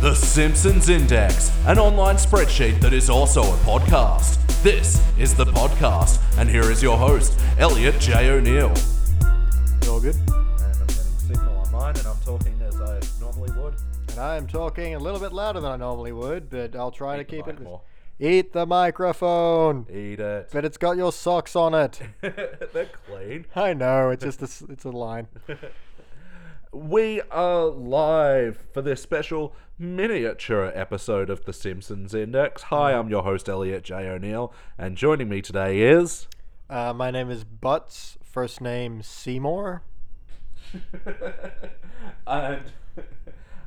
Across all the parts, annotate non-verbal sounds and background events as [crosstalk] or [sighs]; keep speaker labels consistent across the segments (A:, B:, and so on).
A: The Simpsons Index, an online spreadsheet that is also a podcast. This is the podcast, and here is your host, Elliot J. O'Neill.
B: All good.
C: and I'm getting signal on mine, and I'm talking as I normally would.
B: And I'm talking a little bit louder than I normally would, but I'll try to
C: the
B: keep
C: mic
B: it.
C: more.
B: Eat the microphone.
C: Eat it.
B: But it's got your socks on it.
C: [laughs]
B: [laughs]
C: They're clean.
B: I know. It's just a, s- it's
C: [laughs]
B: a line.
C: We are live for this special miniature episode of The Simpsons Index. Hi, I'm your host Elliot J O'Neill, and joining me today is
B: Uh, my name is Butts. First name Seymour.
C: [laughs] and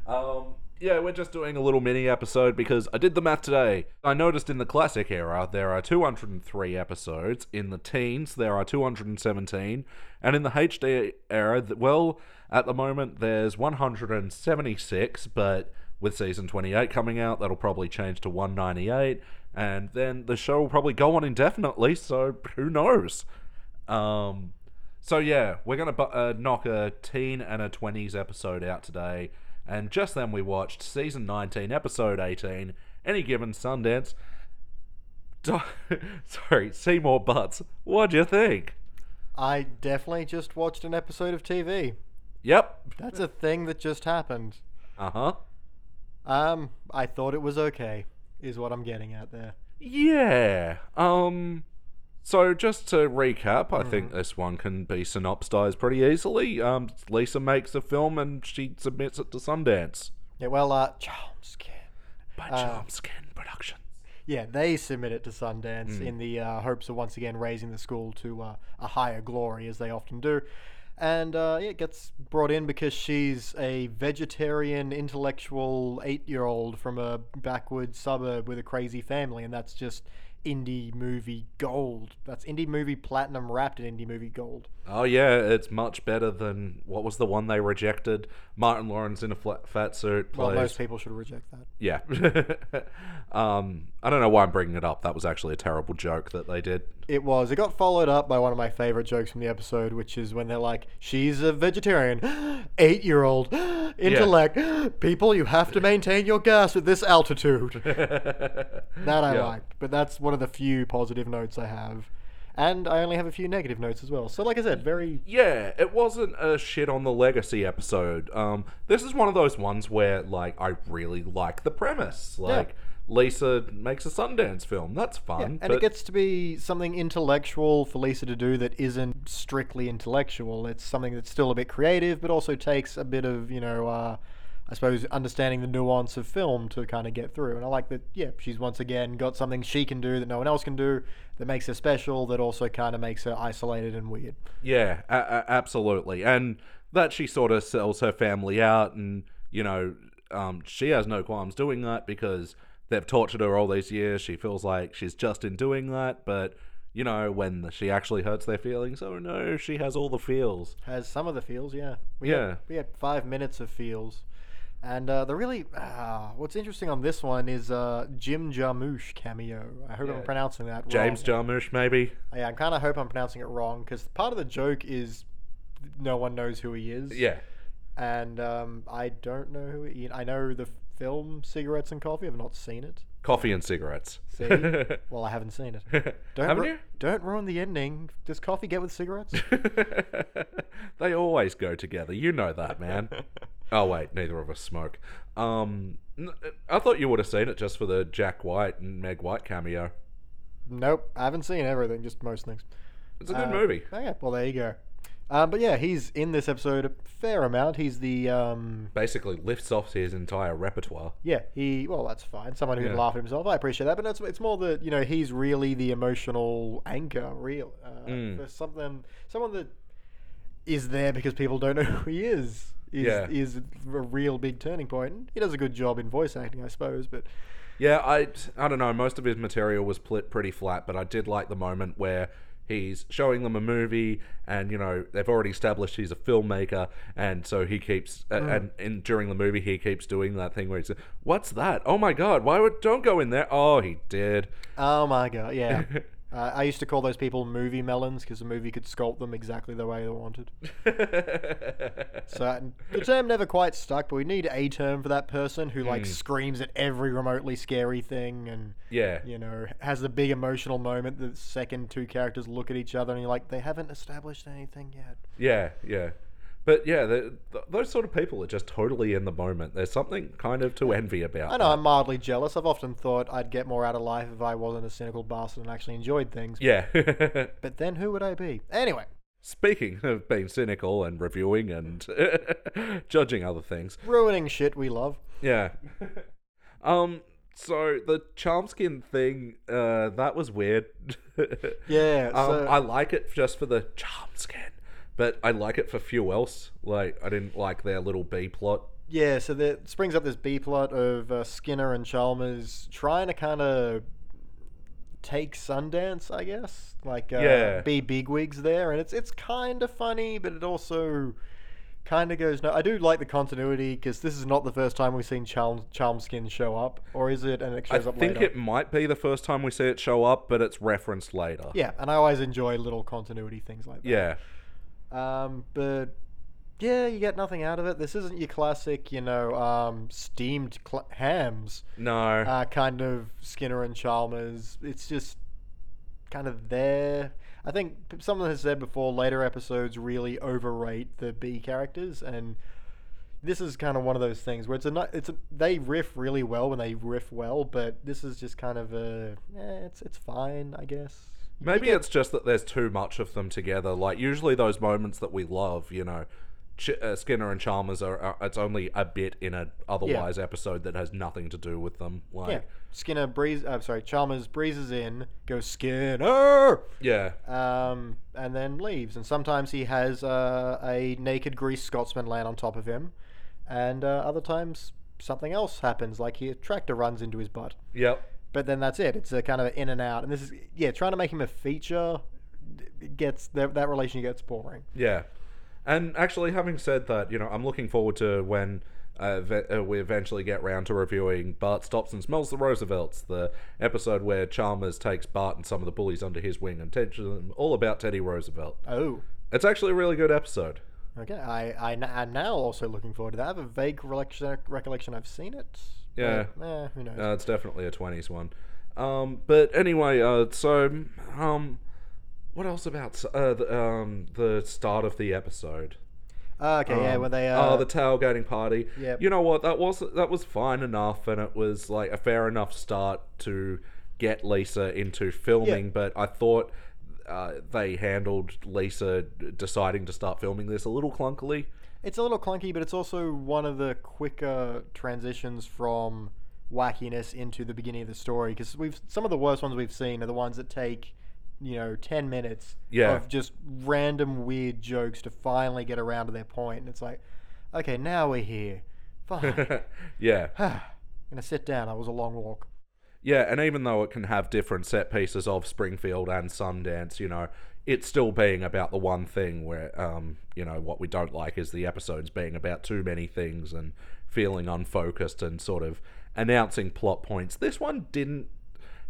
C: um yeah, we're just doing a little mini episode because I did the math today. I noticed in the classic era there are 203 episodes, in the teens there are 217, and in the HD era, th- well, at the moment there's 176, but with season 28 coming out, that'll probably change to 198, and then the show will probably go on indefinitely, so who knows? Um, so yeah, we're gonna bu- uh, knock a teen and a twenties episode out today, and just then we watched season nineteen, episode eighteen, any given Sundance. [laughs] Do- Sorry, Seymour Butts. What'd you think?
B: I definitely just watched an episode of TV.
C: Yep.
B: That's a thing that just happened.
C: Uh huh.
B: Um, I thought it was okay, is what I'm getting at there.
C: Yeah. Um. So just to recap, I think this one can be synopsized pretty easily. Um, Lisa makes a film and she submits it to Sundance
B: Yeah, well, uh, Chomsky.
C: by
B: Uh,
C: Charmskin Productions.
B: Yeah, they submit it to Sundance in the uh, hopes of once again raising the school to uh, a higher glory, as they often do. And uh, yeah, it gets brought in because she's a vegetarian, intellectual eight year old from a backwoods suburb with a crazy family, and that's just indie movie gold. That's indie movie platinum wrapped in indie movie gold.
C: Oh yeah, it's much better than what was the one they rejected. Martin Lawrence in a flat, fat suit
B: Well,
C: plays.
B: most people should reject that.
C: yeah. [laughs] um, I don't know why I'm bringing it up. That was actually a terrible joke that they did.
B: It was. It got followed up by one of my favorite jokes from the episode, which is when they're like, "She's a vegetarian, [gasps] eight-year-old, intellect, [gasps] people. You have to maintain your gas at this altitude."
C: [laughs]
B: [laughs] that I
C: Yeah.
B: liked, but that's one of the few positive notes I have, and I only have a few negative notes as well. So, like I said, very
C: Yeah, it wasn't a shit on the legacy episode. Um, this is one of those ones where like I really like the premise. Like Lisa makes a Sundance film. That's fun.
B: and
C: but
B: it gets to be something intellectual for Lisa to do that isn't strictly intellectual. It's something that's still a bit creative, but also takes a bit of you know, uh, I suppose, understanding the nuance of film to kind of get through. And I like that. Yeah, she's once again got something she can do that no one else can do that makes her special. That also kind of makes her isolated and weird.
C: Yeah, a- a- absolutely. And that she sort of sells her family out, and, you know, um, she has no qualms doing that because they've tortured her all these years. She feels like she's just in doing that, but, you know, when the- she actually hurts their feelings, oh no, she has all the feels.
B: Has some of the feels, yeah. We
C: Yeah.
B: Had, we had five minutes of feels. And uh, the really, uh, what's interesting on this one is uh, Jim Jarmusch cameo. I hope I'm pronouncing that
C: James
B: wrong.
C: Jarmusch, maybe?
B: Yeah, I kind of hope I'm pronouncing it wrong because part of the joke is no one knows who he is.
C: Yeah.
B: And um, I don't know who he I know the film Cigarettes and Coffee. I've not seen it.
C: Coffee and cigarettes. [laughs]
B: See? well, I haven't seen it. Don't
C: Haven't
B: ru-
C: you?
B: Don't ruin the ending. Does coffee get
C: [laughs]
B: with cigarettes?
C: they always go together. You know that, man. oh wait, neither of us smoke. Um, n- I thought you would have seen it just for the Jack White and Meg White cameo.
B: nope. I haven't seen everything, just most things.
C: It's a good
B: Uh,
C: movie.
B: Okay, well, there you go. Um, but yeah, he's in this episode a fair amount. He's the um,
C: Basically, lifts off his entire repertoire.
B: Yeah, he. Well, that's fine. Someone who can
C: Yeah.
B: laugh at himself. I appreciate that, but it's, it's more that you know he's really the emotional anchor, real uh,
C: Mm.
B: for something, someone that is there because people don't know [laughs] who he is. Is,
C: Yeah.
B: is a real big turning point. And He does a good job in voice acting, I suppose, but
C: Yeah, I I don't know. Most of his material was pl- pretty flat, but I did like the moment where he's showing them a movie, and you know they've already established he's a filmmaker, and so he keeps a-
B: Hmm.
C: and, and during the movie he keeps doing that thing where he says,
B: [laughs]
C: "What's that? Oh my god! Why would don't go in there? Oh, he did." [laughs]
B: oh my god, yeah, Uh, I used to call those people movie melons because the movie could sculpt them exactly the way they wanted. So that- the term never quite stuck, but we need a term for that person who
C: Mm.
B: like screams at every remotely scary thing and
C: yeah.
B: you know has the big emotional moment. The second two characters look at each other and you're like, they haven't established anything yet.
C: Yeah, yeah. But yeah, the, th those sort of people are just totally in the moment. There's something kind of to envy about.
B: I know I'm mildly jealous. I've often thought I'd get more out of life if I wasn't a cynical bastard and actually enjoyed things.
C: that. Yeah. [laughs]
B: But then who would I be? Anyway,
C: Speaking of being cynical and reviewing and [laughs] judging other things.
B: ruining shit we love. [laughs]
C: Yeah. Um so the Charmskin thing, uh that was
B: [laughs]
C: weird.
B: Yeah,
C: Um,
B: so-
C: I like it just for the Charmskin, but I like it for few else. Like I didn't like their little B plot.
B: Yeah, so that it springs up this B plot of uh, Skinner and Chalmers trying to kind of take Sundance, I guess, like uh,
C: Yeah.
B: be bigwigs there, and it's it's kind of funny, but it also kind of goes no. I do like the continuity because this is not the first time we've seen Chalm Chalmskin show up, or is it? And it
C: I
B: shows up
C: think
B: later.
C: it might be the first time we see it show up, but it's referenced later.
B: yeah, and I always enjoy little continuity things like that.
C: Yeah.
B: Um, but yeah, you get nothing out of it. This isn't your classic, you know, um, steamed cl- hams.
C: No.
B: uh, kind of Skinner and Chalmers. It's just kind of there. I think p- someone has said before later episodes really overrate the B characters, and this is kind of one of those things where it's a ni- it's a, they riff really well when they riff well, but this is just kind of a eh, it's it's fine, I guess.
C: Maybe it's just that there's too much of them together. Like usually those moments that we love, you know, Ch- uh, Skinner and Chalmers are, are. It's only a bit in an otherwise episode that has nothing to do with them.
B: Yeah,
C: Like,
B: Skinner breeze. I'm sorry, Chalmers breezes in, goes Skinner.
C: yeah,
B: um, and then leaves. And sometimes he has uh, a naked greased Scotsman land on top of him, and uh, other times something else happens, like he, a tractor runs into his butt.
C: yep,
B: But then that's it. It's a kind of in and out. And this is yeah, trying to make him a feature it gets that, that relation gets boring.
C: yeah. And actually, having said that, you know, I'm looking forward to when. Uh, ve- uh, we eventually get round to reviewing Bart Stops and Smells the Roosevelts, the episode where Chalmers takes Bart and some of the bullies under his wing and teaches them all about Teddy Roosevelt.
B: Oh.
C: It's actually a really good episode.
B: Okay, I, I n- I'm now also looking forward to that. I have a vague recollection, recollection I've seen it. but,
C: Yeah.
B: eh, who knows?
C: Uh, it's definitely a twenties one. Um, but anyway, uh, so um, what else about s- uh, the, um, the start of the episode?
B: Ah, okay, yeah,
C: Um,
B: when they uh,
C: oh, the tailgating party.
B: Yep.
C: You know what? That was that was fine enough, and it was like a fair enough start to get Lisa into filming. But I thought. Uh, they handled Lisa deciding to start filming this a little clunkily. [laughs]
B: It's a little clunky, but it's also one of the quicker transitions from wackiness into the beginning of the story because we've some of the worst ones we've seen are the ones that take you know 10 minutes
C: Yeah.
B: of just random weird jokes to finally get around to their point and it's like okay now we're here
C: [laughs]
B: fine
C: yeah.
B: [sighs] i'm gonna sit down i was a long walk
C: Yeah, and even though it can have different set pieces of Springfield and Sundance, you know, it's still being about the one thing where, um, you know, what we don't like is the episodes being about too many things and feeling unfocused and sort of announcing plot points. This one didn't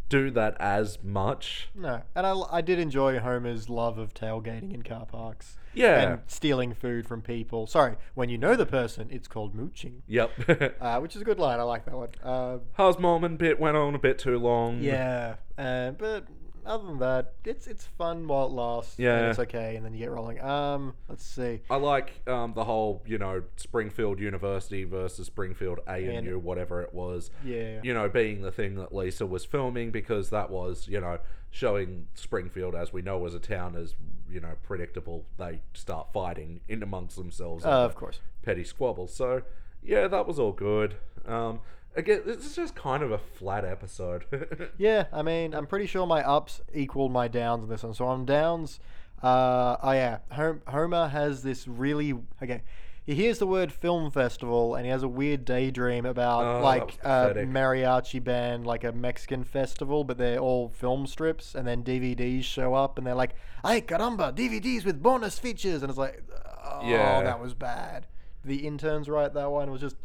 C: do that as much.
B: no and i, I did enjoy homer's love of tailgating in car parks
C: Yeah.
B: and stealing food from people sorry when you know the person it's called mooching
C: Yep. [laughs]
B: uh, which is a good line. I like that one. Uh,
C: How's Mom and bit went on a bit too long.
B: yeah, uh, but other than that, it's it's fun while it lasts. and
C: Yeah.
B: it's okay, and then you get rolling. Um, let's see.
C: I like um, the whole, you know, Springfield University versus Springfield A and U, whatever it was.
B: Yeah.
C: You know, being the thing that Lisa was filming because that was, you know, showing Springfield as we know as a town as, you know, predictable. They start fighting in amongst themselves.
B: Uh, of course.
C: Petty squabbles. So, yeah, that was all good. Um, again, this is just kind of a flat episode. [laughs]
B: Yeah, I mean, I'm pretty sure my ups equal my downs in this one. So on downs, uh, oh yeah, Hom- Homer has this really okay. He hears the word film festival and he has a weird daydream about
C: Oh, that was
B: like a
C: pathetic.
B: mariachi band, like a Mexican festival, but they're all film strips and then DVDs show up and they're like, ay caramba, DVDs with bonus features. And it's like, oh,
C: Yeah.
B: that was bad. The interns write that one. It was just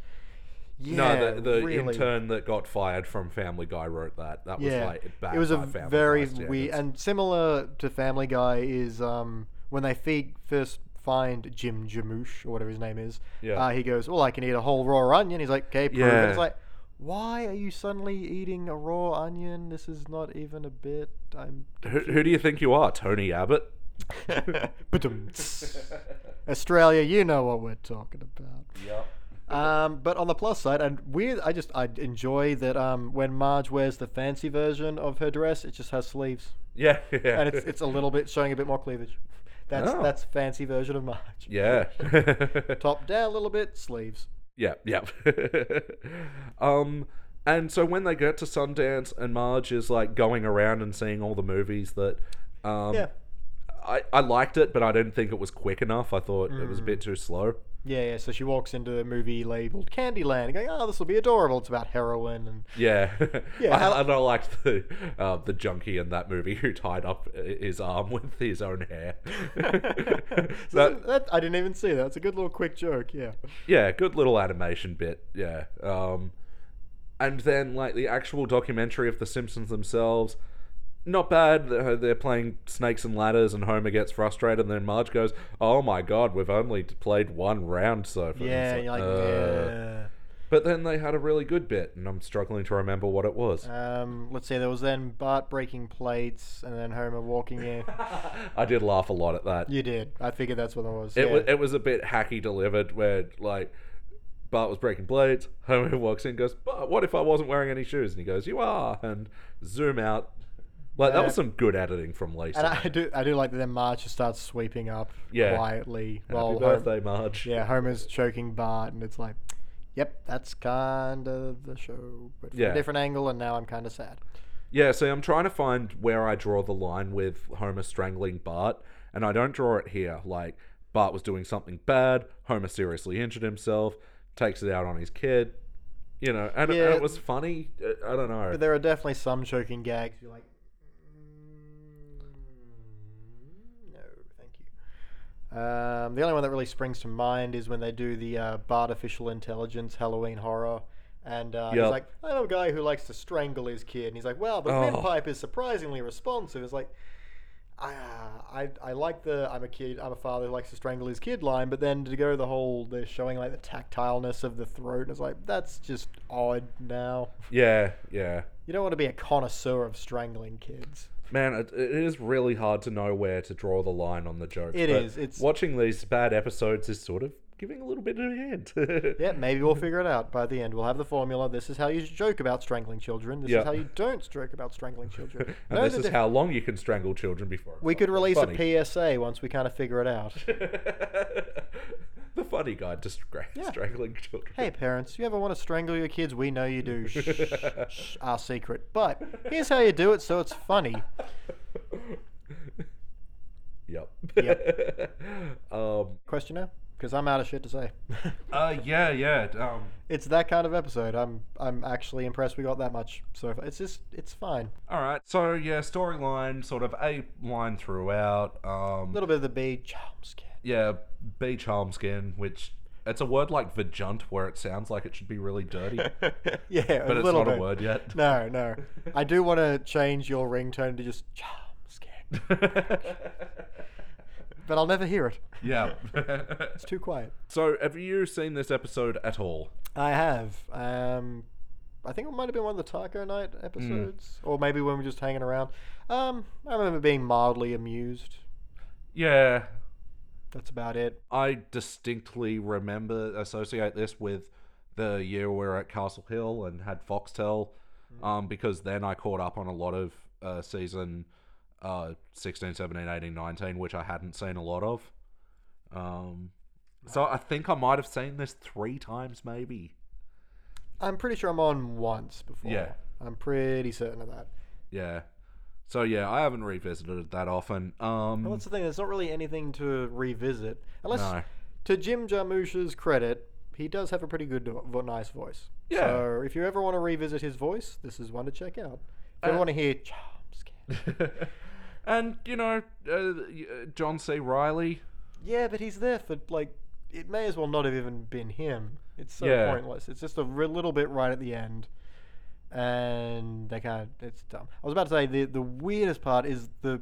C: no,
B: Yeah,
C: the, the
B: really.
C: intern that got fired from Family Guy wrote that. That was
B: yeah,
C: like bad
B: it was a
C: by Family
B: very
C: Guy standards.
B: weird and similar to Family Guy is um, when they feed, first find Jim Jamoosh or whatever his name is.
C: Yeah.
B: Uh, he goes, "Well, I can eat a whole raw onion." He's like, "Okay, prove it."
C: Yeah.
B: It's like, why are you suddenly eating a raw onion? This is not even a bit. I'm. [laughs]
C: Who, who do you think you are, Tony Abbott? [laughs]
B: Ba-dum-ts. Australia, you know what we're talking about.
C: Yep.
B: um, but on the plus side, and weird, I just I enjoy that um, when Marge wears the fancy version of her dress, it just has sleeves,
C: Yeah, [laughs] yeah.
B: and it's it's a little bit showing a bit more cleavage. That's
C: Oh.
B: that's fancy version of Marge.
C: yeah.
B: [laughs] Top down a little bit, sleeves.
C: [laughs] Yeah, yeah. [laughs] um, and so when they get to Sundance, and Marge is like going around and seeing all the movies that, um,
B: Yeah.
C: I, I liked it, but I didn't think it was quick enough. I thought it was a
B: Mm.
C: bit too slow.
B: Yeah, yeah. So she walks into a movie labeled Candyland, and going, "Oh, this will be adorable." It's about
C: [laughs]
B: heroin, and
C: Yeah,
B: Yeah,
C: I,
B: how-
C: I, I liked the uh, the junkie in that movie who tied up i- his arm with his own hair.
B: [laughs] so
C: That-
B: that, that- I didn't even see that. It's a good little quick joke. Yeah.
C: yeah, good little animation bit. Yeah. Um, and then like the actual documentary of the Simpsons themselves, not bad. They're they're playing snakes and ladders, and Homer gets frustrated, and then Marge goes, "Oh my God, we've only played one round so far."
B: Yeah.
C: It's
B: You're like,
C: uh.
B: yeah.
C: But then they had a really good bit, and I'm struggling to remember what it was.
B: Um, let's see. There was then Bart breaking plates, and then Homer walking
C: [laughs]
B: in.
C: [laughs] I did laugh a lot at that.
B: You did. I figured that's what it was.
C: It
B: yeah.
C: was it was a bit hacky delivered where like Bart was breaking blades. Homer walks in, and goes, "But what if I wasn't wearing any shoes?" And he goes, "You are." And zoom out. Like that was some good editing from Lacey.
B: and I do, I do like that. Then Marge just starts sweeping up
C: Yeah.
B: quietly.
C: Happy
B: while Homer-
C: birthday, Marge.
B: yeah, Homer's choking Bart, and it's like, yep, that's kind of the show, but from
C: Yeah.
B: a different angle. And now I'm kind of sad.
C: Yeah, see, I'm trying to find where I draw the line with Homer strangling Bart, and I don't draw it here. Like, Bart was doing something bad, Homer seriously injured himself, takes it out on his kid, you know, and, and
B: Yeah.
C: it was funny. uh, I- I don't know.
B: But there are definitely some choking gags. You're like, "Mm, no, thank you. Um, the only one that really springs to mind is when they do the uh, Bart Artificial Intelligence Halloween Horror. And uh,
C: Yep.
B: he's like, I know a guy who likes to strangle his kid. And he's like, well, the
C: Oh.
B: windpipe is surprisingly responsive. It's like, ah, I, I like the I'm a kid, I'm a father who likes to strangle his kid line. But then to go the whole, they're showing like the tactileness of the throat. And it's like, that's just odd now.
C: yeah, yeah.
B: You don't want to be a connoisseur of strangling kids.
C: Man, it, it is really hard to know where to draw the line on the jokes. It
B: It
C: is.
B: is, it's-
C: watching these bad episodes is sort of giving a little bit of a hint. [laughs]
B: Yeah, maybe we'll figure it out by the end. We'll have the formula. This is how you joke about strangling children. This
C: Yeah.
B: is how you don't joke about strangling children.
C: [laughs] And
B: Know
C: this
B: the
C: is
B: diff-
C: how long you can strangle children before.
B: we could release
C: funny.
B: a PSA once we kind of figure
C: [laughs]
B: it out.
C: the funny guide to stra-
B: Yeah.
C: strangling children. [laughs]
B: hey, parents, you ever want to strangle your kids? We know you do. Shh, shh, our secret. But here's how you do it so it's funny.
C: Yep.
B: Yep.
C: [laughs] um.
B: Question now? Because I'm out of shit to say. [laughs]
C: Uh. Yeah. Yeah. Um.
B: it's that kind of episode. I'm I'm actually impressed we got that much so far. It's just it's fine.
C: All right. So yeah, storyline sort of a line throughout. Um.
B: A little bit of the B charm scan.
C: yeah, bee charm skin, which it's a word like vajunt where it sounds like it should be really dirty, but [laughs]
B: Yeah, a
C: it's
B: little
C: not
B: bit.
C: a word yet. [laughs]
B: No, no. I do want to change your ringtone to just charm scan, but I'll never hear it.
C: yeah. [laughs]
B: It's too quiet.
C: so, have you seen this episode at all?
B: I have. Um, I think it might have been one of the Taco Night
C: Hmm.
B: episodes, or maybe when we were just hanging around. Um, I remember being mildly amused.
C: Yeah.
B: That's about it.
C: I distinctly remember associate this with the year we were at Castle Hill and had Foxtel,
B: Mm.
C: um, because then I caught up on a lot of uh, season uh, 16, 17, 18, 19, which I hadn't seen a lot of. Um, so I think I might have seen this three times, maybe.
B: I'm pretty sure I'm on once before.
C: Yeah.
B: I'm pretty certain of that.
C: Yeah. So yeah, I haven't revisited it that often. Um,
B: Well, that's the thing. There's not really anything to revisit, unless
C: No.
B: to Jim Jarmusch's credit, he does have a pretty good, vo- nice voice.
C: Yeah.
B: So if you ever want to revisit his voice, this is one to check out. If you ever want to hear charms, [laughs]
C: and you know, uh, y- uh, John C. Riley.
B: yeah, but he's there for like it may as well not have even been him. It's so
C: Yeah.
B: pointless. It's just a re- little bit right at the end, and they kind of it's dumb. I was about to say the the weirdest part is the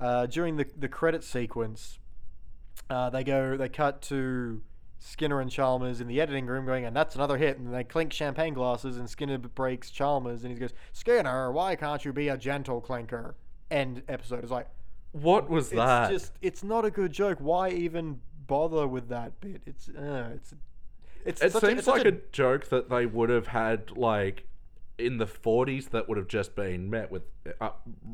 B: uh, during the the credit sequence, uh, they go they cut to Skinner and Chalmers in the editing room going, and that's another hit, and they clink champagne glasses, and Skinner breaks Chalmers, and he goes, Skinner, why can't you be a gentle clinker? End episode is like.
C: What was
B: It's
C: that?
B: just it's not a good joke. Why even bother with that bit? It's uh, it's it's
C: it
B: such
C: seems
B: it's such
C: like a, joke that they would have had like in the 40s that would have just been met with uh,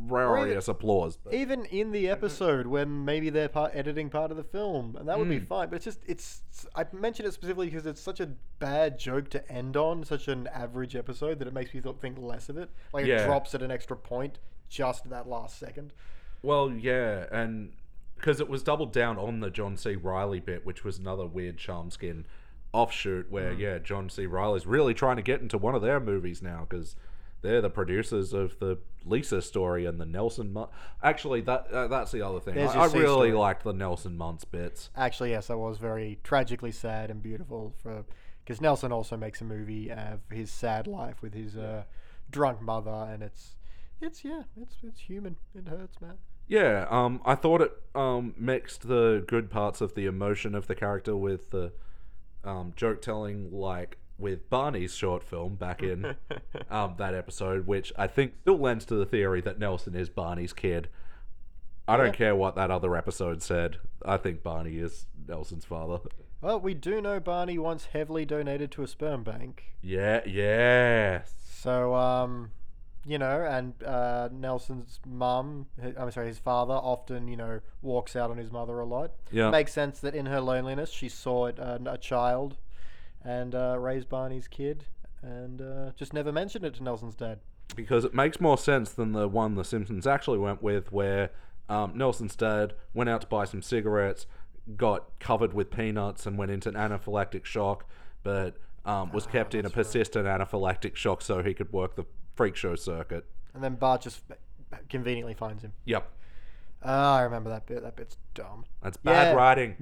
C: raucous applause. But
B: even in
C: Mm-hmm.
B: the episode when maybe they're part, editing part of the film, and that would
C: Mm.
B: be fine. But it's just it's I mentioned it specifically because it's such a bad joke to end on, such an average episode that it makes me th- think less of it. Like
C: Yeah.
B: it drops at an extra point just that last second.
C: well, yeah, and because it was doubled down on the John C. Riley bit, which was another weird Sharmskin offshoot where
B: Mm.
C: yeah, John C. Riley's really trying to get into one of their movies now because they're the producers of the Lisa story and the Nelson. Mun- Actually, that uh, that's the other thing.
B: There's
C: I,
B: your
C: I
B: C
C: really
B: story.
C: liked the Nelson Muntz bits.
B: Actually, yes, that was very tragically sad and beautiful for because Nelson also makes a movie of his sad life with his uh, drunk mother, and it's it's yeah, it's it's human. It hurts, man.
C: Yeah, um, I thought it um, mixed the good parts of the emotion of the character with the um, joke telling, like with Barney's short film back in um, that episode, which I think still lends to the theory that Nelson is Barney's kid. I don't care what that other episode said. I think Barney is Nelson's father.
B: Well, we do know Barney once heavily donated to a sperm bank,
C: Yeah, yes.
B: so um, you know, and uh, Nelson's mum, h- I'm sorry, his father often you know walks out on his mother a lot.
C: Yeah.
B: makes sense that in her loneliness she saw it uh, a child and uh, raised Barney's kid and uh, just never mentioned it to Nelson's dad.
C: because it makes more sense than the one the Simpsons actually went with, where um, Nelson's dad went out to buy some cigarettes, got covered with peanuts, and went into anaphylactic shock, but um, was kept in a persistent anaphylactic shock so he could work the freak show circuit.
B: And then Bart just conveniently finds him.
C: Yep,
B: Ah, I remember that bit. That bit's dumb. [laughs]
C: that's bad
B: Yeah.
C: writing.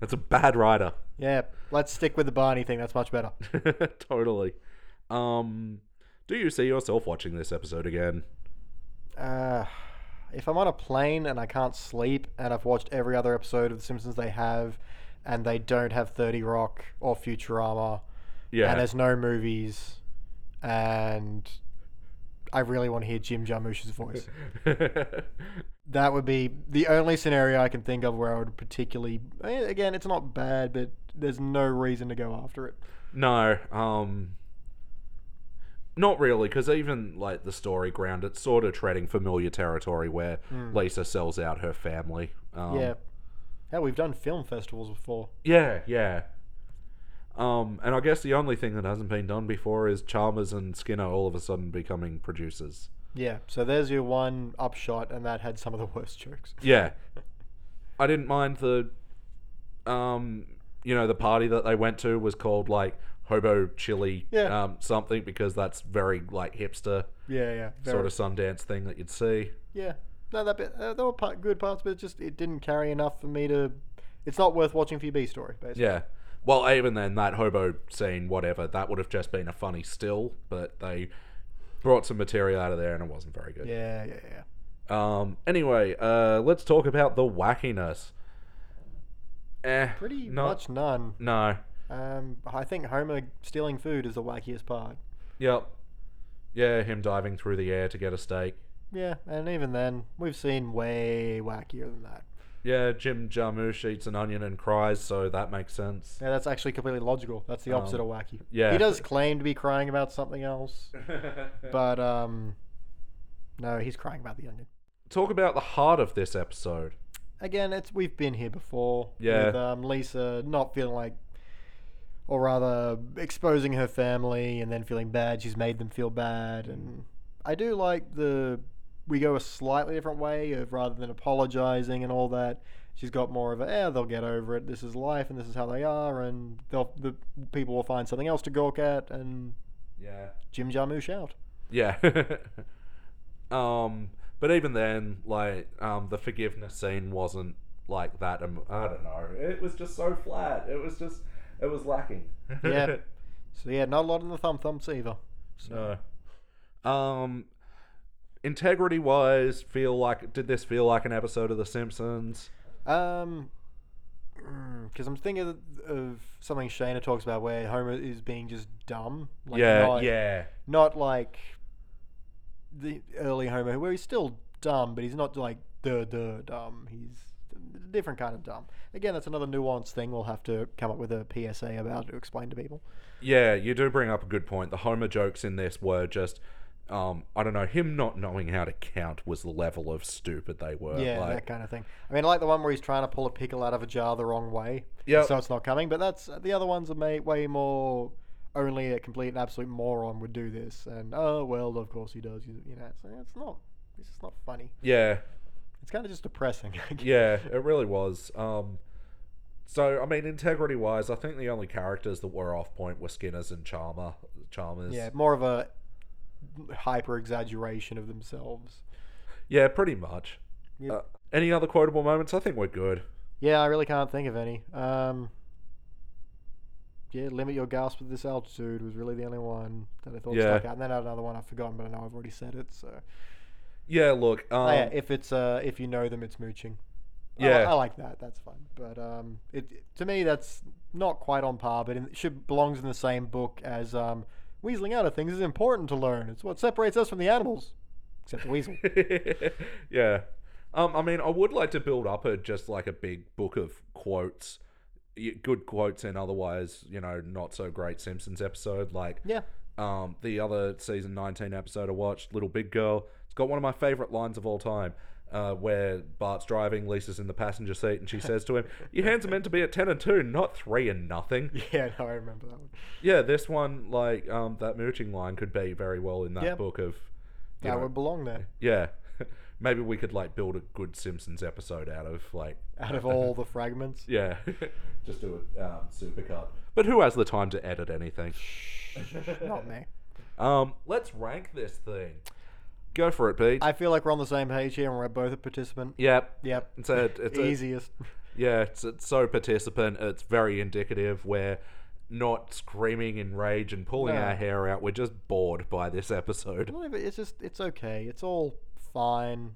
C: That's a bad writer. [laughs]
B: yeah, let's stick with the Barney thing. That's much better.
C: totally. Um, do you see yourself watching this episode again?
B: Uh, if I'm on a plane and I can't sleep and I've watched every other episode of The Simpsons they have and they don't have 30 Rock or Futurama
C: Yeah.
B: and there's no movies and I really want to hear Jim
C: [laughs]
B: Jarmusch's voice. that would be the only scenario I can think of where I would particularly. I mean, Again, it's not bad, but there's no reason to go after it.
C: No, um, not really, because even like the story ground, it's sort of treading familiar territory where Lisa sells out her family. Um,
B: Mm. yeah. Hell, we've done film festivals before.
C: yeah, yeah. Um, and I guess the only thing that hasn't been done before is Chalmers and Skinner all of a sudden becoming producers.
B: Yeah, so there's your one upshot, and that had some of the worst jokes.
C: Yeah, I didn't mind the, um, you know, the party that they went to was called like Hobo Chili,
B: Yeah.
C: um, something because that's very like hipster.
B: Yeah, yeah, very,
C: sort of Sundance thing that you'd see.
B: Yeah, no, that bit uh, there were part, good parts, but it just it didn't carry enough for me to. It's not worth watching for your B story, basically.
C: Yeah. Well, even then, that hobo scene, whatever, that would have just been a funny still, but they brought some material out of there and it wasn't very good.
B: Yeah, yeah, yeah.
C: Um, anyway, uh, let's talk about the wackiness. Eh,
B: Pretty
C: not-
B: much none.
C: No.
B: Um, I think Homer stealing food is the wackiest part.
C: Yep. Yeah, him diving through the air to get a steak.
B: Yeah, and even then, we've seen way wackier than that.
C: Yeah, Jim Jarmusch eats an onion and cries, so that makes sense.
B: [laughs] Yeah, that's actually completely logical. That's the opposite of wacky.
C: yeah.
B: he does claim to be crying about something else, but um, no, he's crying about the onion.
C: Talk about the heart of this episode.
B: Again, it's we've been here before.
C: Yeah.
B: with um, Lisa not feeling like, or rather, exposing her family and then feeling bad. She's made them feel bad, and I do like the we go a slightly different way of rather than apologizing and all that. She's got more of a, eh, they'll get over it. This is life, and this is how they are, and they'll the people will find something else to gawk at, and
C: Yeah.
B: Jim Jarmusch out.
C: Yeah. [laughs] um, but even then, like, um, the forgiveness scene wasn't like that. em- I don't know. It was just so flat. It was just, it was lacking. [laughs]
B: Yeah. So yeah, not a lot in the thumb thumps either.
C: No. Um, integrity wise, feel like did this feel like an episode of The Simpsons?
B: Um, because I'm thinking of, of something Shana talks about where Homer is being just dumb. Like not,
C: yeah,
B: Not like the early Homer, where he's still dumb, but he's not like the the dumb. He's a different kind of dumb. Again, that's another nuanced thing. We'll have to come up with a PSA about to explain to people.
C: yeah. You do bring up a good point. The Homer jokes in this were just. Um, I don't know. Him not knowing how to count was the level of stupid they were.
B: Yeah,
C: like,
B: that kind of thing. I mean, I like the one where he's trying to pull a pickle out of a jar the wrong way,
C: Yep.
B: so it's not coming. But that's the other ones are made way more. Only a complete and absolute moron would do this, and oh well, of course he does. You, you know, it's, it's not. It's just not funny.
C: yeah,
B: It's kind of just depressing. I guess.
C: yeah. It really was. Um, so I mean, integrity wise, I think the only characters that were off point were Skinner's and Charmer. Chalmers.
B: yeah, more of a hyper exaggeration of themselves.
C: Yeah, pretty much.
B: Yep.
C: Uh, any other quotable moments? I think we're good.
B: Yeah, I really can't think of any. Um, yeah, limit your gasp at this altitude was really the only one that I thought
C: Yeah.
B: stuck out. And then I had another one I've forgotten, but I know I've already said it. So
C: Yeah, look. Um,
B: Oh, yeah, if it's uh, if you know them, it's mooching. I li-
C: Yeah.
B: I, like that. That's fun. But um, it to me that's not quite on par, but in, it should belongs in the same book as um, weaseling out of things is important to learn. It's what separates us from the animals, except the [laughs] weasel.
C: [laughs] yeah. Um, I mean, I would like to build up a just like a big book of quotes, y- good quotes, and otherwise, you know, not so great Simpsons episode. Like,
B: yeah,
C: um, the other season 19 episode I watched, Little Big Girl, it's got one of my favorite lines of all time. Uh, where Bart's driving, Lisa's in the passenger seat,
B: [laughs]
C: and she says to him, "Your hands are meant to be at ten and two, not three and nothing."
B: [laughs] yeah. No, I remember that one.
C: Yeah, this one, like um, that mooching line, could be very well in that
B: Yeah.
C: book of. you
B: That
C: know,
B: would belong [laughs] there.
C: yeah, [laughs] maybe we could like build a good Simpsons episode out of
B: [laughs]
C: like
B: Out of all the fragments,
C: yeah, [laughs] just do a um, supercut. But who has the time to edit
B: [laughs]
C: anything?
B: not me.
C: Um, let's rank this thing. Go for it, Pete.
B: I feel like we're on the same page here, and we're both a participant.
C: yep.
B: Yep.
C: It's a, it's
B: [laughs]
C: a-
B: Easiest.
C: yeah, it's, it's so participant. It's very indicative. We're not screaming in rage and pulling
B: No.
C: our hair out. We're just bored by this episode.
B: Not even- It's just it's okay. It's all fine.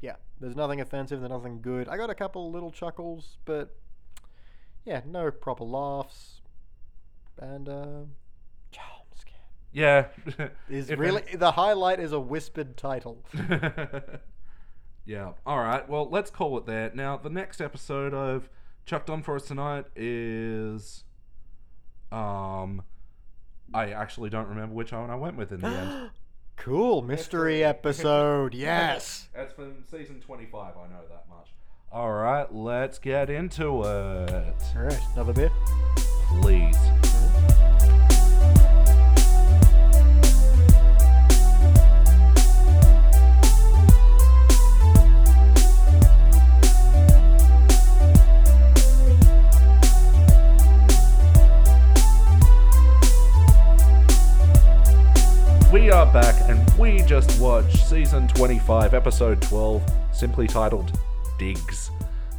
B: Yeah, there's nothing offensive. There's nothing good. I got a couple little chuckles, but yeah, no proper laughs. And uh, jump scare
C: Yeah. [laughs]
B: is
C: If
B: really the highlight is a whispered title.
C: [laughs] yeah. All right. Well, let's call it there. Now, the next episode I've chucked on for us tonight is, um, I actually don't remember which one I went with in the
B: [gasps]
C: end. [gasps]
B: cool mystery
C: [laughs]
B: episode. Yes.
C: That's from season twenty-five. I know that much. All right. Let's get into it,
B: All right, another bit.
C: please. We are back, and we just watched season 25, episode 12, simply titled Digs,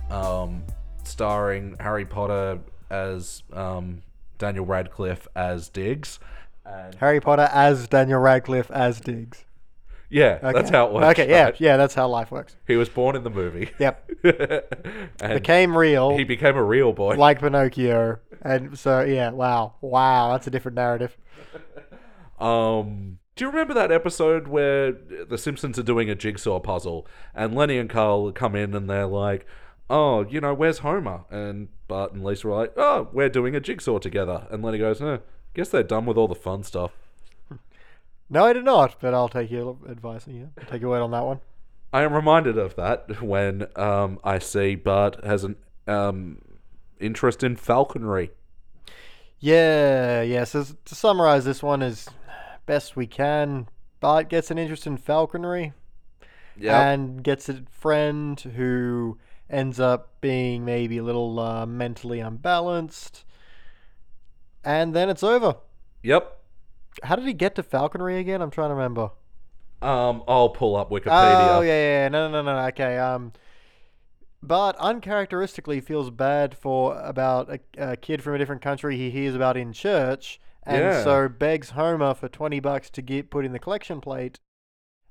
C: um, starring Harry Potter as um, Daniel Radcliffe as Diggs. And
B: Harry Potter as Daniel Radcliffe as Diggs.
C: yeah, that's how it works.
B: Okay, yeah,
C: right?
B: yeah, that's how life works.
C: He was born in the movie.
B: Yep.
C: [laughs] and
B: Became real.
C: he became a real boy.
B: like Pinocchio. And so, yeah, wow. Wow, that's a different narrative.
C: Um, do you remember that episode where the Simpsons are doing a jigsaw puzzle and Lenny and Carl come in and they're like, "Oh, you know, where's Homer?" And Bart and Lisa are like, "Oh, we're doing a jigsaw together." And Lenny goes, "Huh, guess they're done with all the fun stuff."
B: No, I did not, but I'll take your advice. Yeah, take your word on that one.
C: I am reminded of that when um, I see Bart has an um, interest in falconry.
B: Yeah, yeah. So, s- to summarize, this one is best we can. Bart gets an interest in falconry
C: Yeah,
B: and gets a friend who ends up being maybe a little uh, mentally unbalanced. And then it's over.
C: yep.
B: How did he get to falconry again? I'm trying to remember.
C: Um, I'll pull up Wikipedia.
B: Oh yeah, yeah, yeah. no, no, no, no. Okay. Um, but uncharacteristically feels bad for about a, a kid from a different country he hears about in church, and
C: Yeah.
B: so begs Homer for twenty bucks to get put in the collection plate,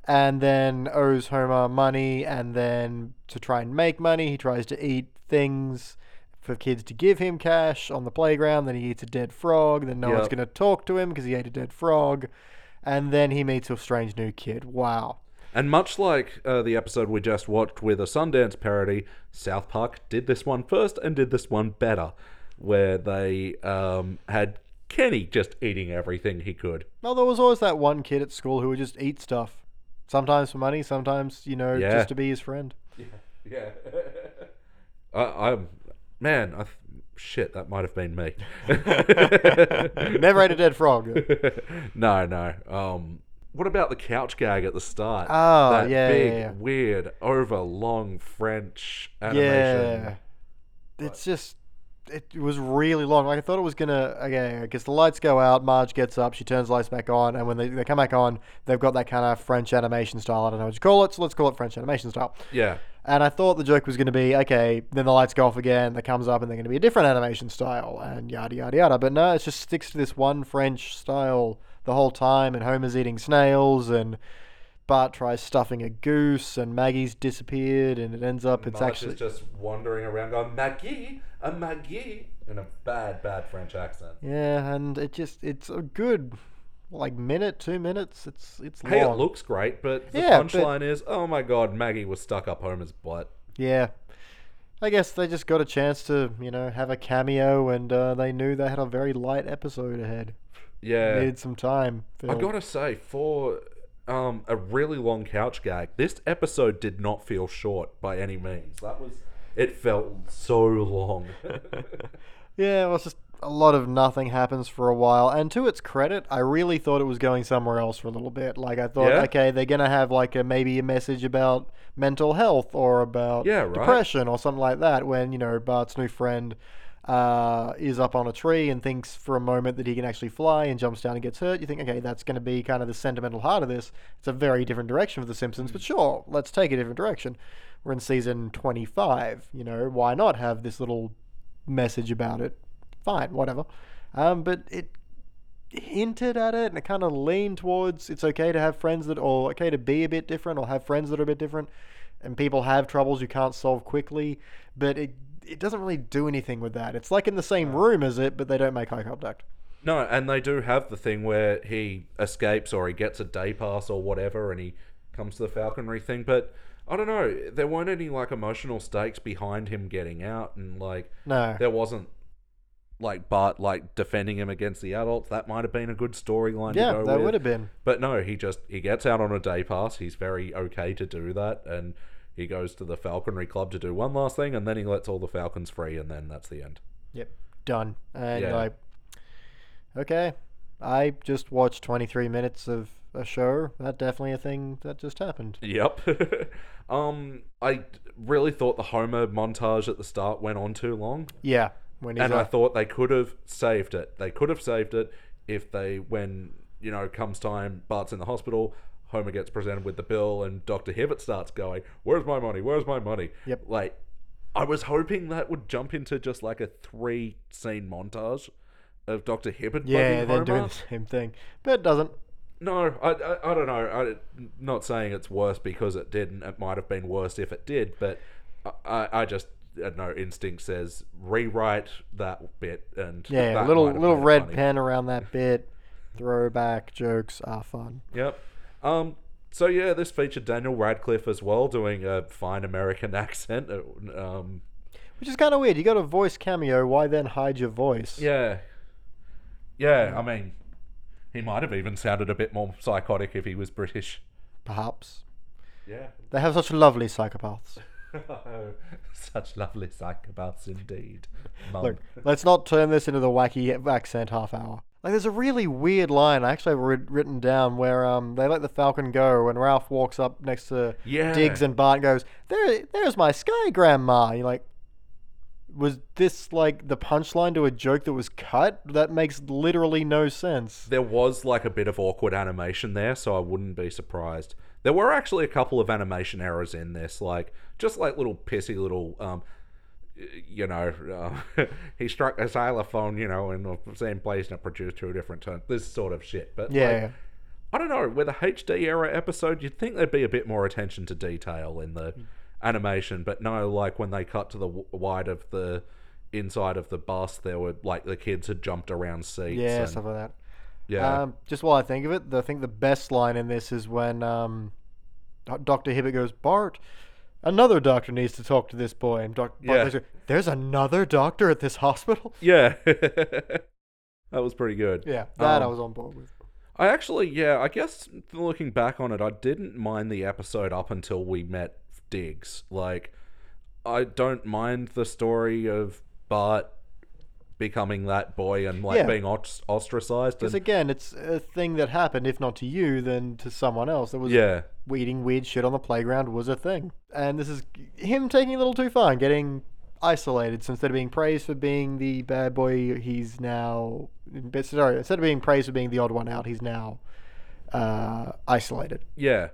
B: and then owes Homer money, and then to try and make money, he tries to eat things for kids to give him cash on the playground. Then he eats a dead frog. Then no one's
C: Yep.
B: going to talk to him because he ate a dead frog, and then he meets a strange new kid. Wow.
C: And much like uh, the episode we just watched with a Sundance parody, South Park did this one first and did this one better, where they um, had Kenny just eating everything he could.
B: No, there was always that one kid at school who would just eat stuff. Sometimes for money, sometimes, you know,
C: Yeah.
B: just to be his friend. [laughs]
C: Yeah. I, I'm, man, I, th- shit, that might have been me.
B: [laughs] Never ate a dead frog.
C: [laughs] no, no. Um, what about the couch gag at the start?
B: Oh,
C: that
B: yeah, yeah,
C: big,
B: yeah.
C: weird, over long French animation.
B: yeah. It's just, it was really long. Like, I thought it was going to, okay, I guess the lights go out, Marge gets up, she turns the lights back on, and when they, they come back on, they've got that kind of French animation style. I don't know what you call it, so let's call it French animation style.
C: Yeah.
B: And I thought the joke was going to be, okay, then the lights go off again, that comes up, and they're going to be a different animation style, and yada, yada, yada. But no, it just sticks to this one French style the whole time, and Homer's eating snails, and Bart tries stuffing a goose, and Maggie's disappeared, and it ends up, it's
C: Marge
B: actually.
C: is just wandering around going Maggie, a Maggie, in a bad, bad French accent.
B: Yeah, and it just, it's a good, like, minute, two minutes. It's, it's long.
C: Hey, it looks great, but the
B: Yeah, but-
C: punchline is, "Oh my God, Maggie was stuck up Homer's butt."
B: Yeah. I guess they just got a chance to, you know, have a cameo, and uh, they knew they had a very light episode ahead.
C: Yeah,
B: Needed some time.
C: I've
B: filled.
C: got to say, for um, a really long couch gag, this episode did not feel short by any means. That was, it felt so [laughs] long.
B: Yeah, well, it's just a lot of nothing happens for a while. And to its credit, I really thought it was going somewhere else for a little bit. Like I thought,
C: Yeah?
B: okay, they're gonna have like a maybe a message about mental health or about
C: Yeah, right.
B: depression or something like that. When you know Bart's new friend uh, is up on a tree and thinks for a moment that he can actually fly and jumps down and gets hurt, you think, okay, that's going to be kind of the sentimental heart of this. It's a very different direction for The Simpsons,
C: Mm.
B: but sure, let's take a different direction. We're in season 25, you know, why not have this little message about it? Fine, whatever. Um, but it hinted at it and it kind of leaned towards it's okay to have friends that or okay to be a bit different or have friends that are a bit different and people have troubles you can't solve quickly but it it doesn't really do anything with that it's like in the same room as it but they don't make eye contact
C: no, and they do have the thing where he escapes or he gets a day pass or whatever, and he comes to the falconry thing. But I don't know, there weren't any like emotional stakes behind him getting out, and like
B: no
C: there wasn't like Bart like defending him against the adults. That might have been a good storyline. to
B: yeah
C: go
B: that
C: with.
B: would have been
C: But no, he just he gets out on a day pass. He's very okay to do that, and he goes to the falconry club to do one last thing, and then he lets all the falcons free, and then that's the end.
B: yep done and
C: Yeah.
B: like okay i just watched 23 minutes of a show that definitely a thing that just happened
C: Yep. [laughs] um, I really thought the Homer montage at the start went on too long,
B: yeah when he's
C: and I
B: like,
C: thought they could have saved it. They could have saved it if they, when you know, comes time, Bart's in the hospital. Homer gets presented with the bill, and Doctor Hibbert starts going, "Where's my money? Where's my money?"
B: Yep.
C: Like, I was hoping that would jump into just like a three scene montage of Doctor Hibbert.
B: yeah
C: bugging
B: they're doing
C: Homer.
B: the same thing but it doesn't
C: No, I, I, I don't know. I, not saying it's worse because it didn't. It might have been worse if it did, but I- I, I just I don't know. Instinct says rewrite that bit and
B: Yeah,
C: [laughs] that
B: little
C: might have
B: little
C: made it
B: red
C: funny.
B: pen around that bit. Throwback jokes are fun.
C: Yep. Um. So yeah, this featured Daniel Radcliffe as well, doing a fine American [laughs] accent. It- Um.
B: Which is kind of weird. You got a voice cameo. Why then hide your voice?
C: Yeah. Yeah. I mean, he might have even sounded a bit more psychotic if he was British.
B: Perhaps
C: Yeah.
B: they have such lovely psychopaths.
C: [laughs] Such lovely psychopaths [laughs] indeed. Mum.
B: Look, let's not turn this into the wacky accent half hour. Like, there's a really weird line I actually have writ- written down where um they let the Falcon go and Ralph walks up next to
C: Yeah.
B: Diggs and Bart and goes, "There, there's my sky grandma." And you're like, was this like the punchline to a joke that was cut? That makes literally no sense.
C: There was like a bit of awkward animation there, so I wouldn't be surprised. There were actually a couple of animation errors in this, like just like little pissy little, um, y- you know, um, [laughs] he struck a xylophone, you know, in the same place and it produced two different tones. This sort of shit. But like,
B: Yeah.
C: I don't know. With a HD era episode, you'd think there'd be a bit more attention to detail in
B: Hmm.
C: the animation, but no. Like when they cut to the w- wide of the inside of the bus, there were like the kids had jumped around seats.
B: yeah,
C: and-
B: stuff like that.
C: yeah.
B: Um, just while I think of it, the, I think the best line in this is when um, Doctor Hibbert goes, "Bart, another doctor needs to talk to this boy." And Doctor,
C: Yeah.
B: there's another doctor at this [laughs] hospital.
C: yeah. [laughs] that was pretty good.
B: Yeah, that I
C: Um,
B: was on board with.
C: I actually, yeah, I guess looking back on it, I didn't mind the episode up until we met Diggs. Like, I don't mind the story of Bart becoming that boy and like
B: Yeah.
C: being ost- ostracized.
B: Because
C: And,
B: again, it's a thing that happened, if not to you, then to someone else. That was
C: yeah,
B: eating weird shit on the playground was a thing, and this is him taking it a little too far and getting isolated. So instead of being praised for being the bad boy, he's now. but Sorry, instead of being praised for being the odd one out, he's now uh, isolated.
C: yeah,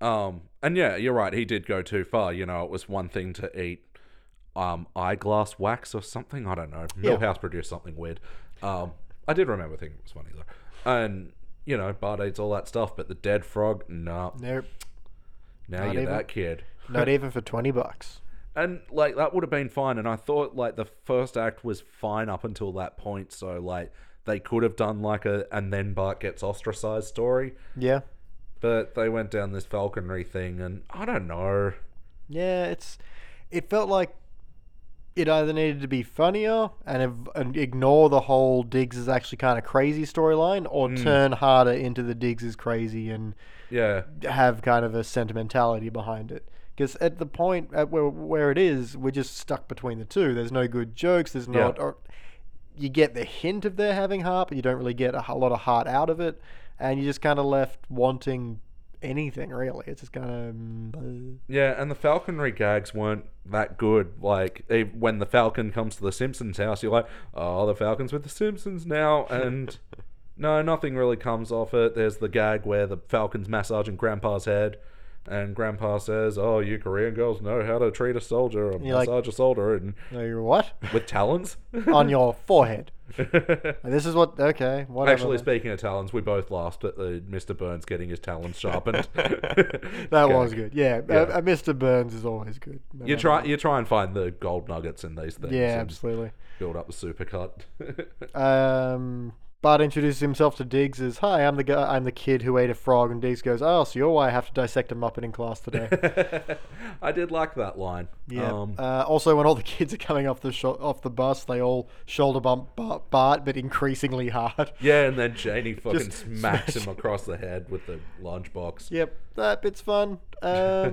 C: um, and yeah, you're right. He did go too far. You know, it was one thing to eat um eyeglass wax or something. I don't know.
B: Yeah.
C: Millhouse produced something weird. Um, I did remember thinking it was funny though, and. You know, Bart eats all that stuff, but the dead frog, no.
B: Nope,
C: Now
B: Not
C: you're
B: even-
C: that kid.
B: not even for twenty bucks.
C: And like that would have been fine. And I thought like the first act was fine up until that point. So like they could have done like a and then Bart gets ostracized story.
B: Yeah,
C: But they went down this falconry thing and I don't know.
B: yeah. It's it felt like it either needed to be funnier and, ev- and ignore the whole Diggs is actually kind of crazy storyline, or turn harder into the Diggs is crazy and
C: Yeah.
B: have kind of a sentimentality behind it. Because at the point at where, where it is, we're just stuck between the two. There's no good jokes. There's
C: Yeah.
B: not. Or, you get the hint of there having heart, but you don't really get a, h- lot of heart out of it, and you're just kind of left wanting anything really. It's just kind of mm,
C: Yeah, and the falconry gags weren't that good. Like they, when the falcon comes to the Simpsons house, you're like, "Oh, the falcon's with the Simpsons now,"
B: [laughs]
C: and no, nothing really comes off it. There's the gag where the falcon's massaging Grandpa's head, and Grandpa says, "Oh, you Korean girls know how to treat a soldier or
B: You're like-
C: massage a soldier
B: [laughs]
C: and
B: "No,
C: [laughs]
B: you're what
C: with talons." [laughs]
B: on your forehead. This is what okay. Whatever.
C: Actually,
B: man.
C: speaking of talons, we both laughed at the Mr. Burns getting his talons sharpened.
B: [laughs]
C: [laughs]
B: that
C: Gag.
B: was good. Yeah, uh, uh, Mr. Burns is always good. no
C: You
B: matter
C: try,
B: what.
C: you try and find the gold nuggets in these things.
B: Yeah,
C: and-
B: absolutely.
C: build up the supercut.
B: Um, Bart introduces himself to Diggs as, "Hi, I'm the guy. I'm the kid who ate a frog." And Diggs goes, "Oh, so you're why I have to dissect a muppet in class
C: [laughs]
B: today."
C: I did like that line. Um,
B: uh, also, when all the [laughs] kids are coming off the sho- off the bus, they all shoulder bump Bar- Bart, but increasingly hard.
C: [laughs] yeah, and then Janie fucking
B: Just
C: smacks
B: smash-
C: him across the head with the lunchbox.
B: [laughs] Yep, that bit's fun.
C: [laughs]
B: Um, uh,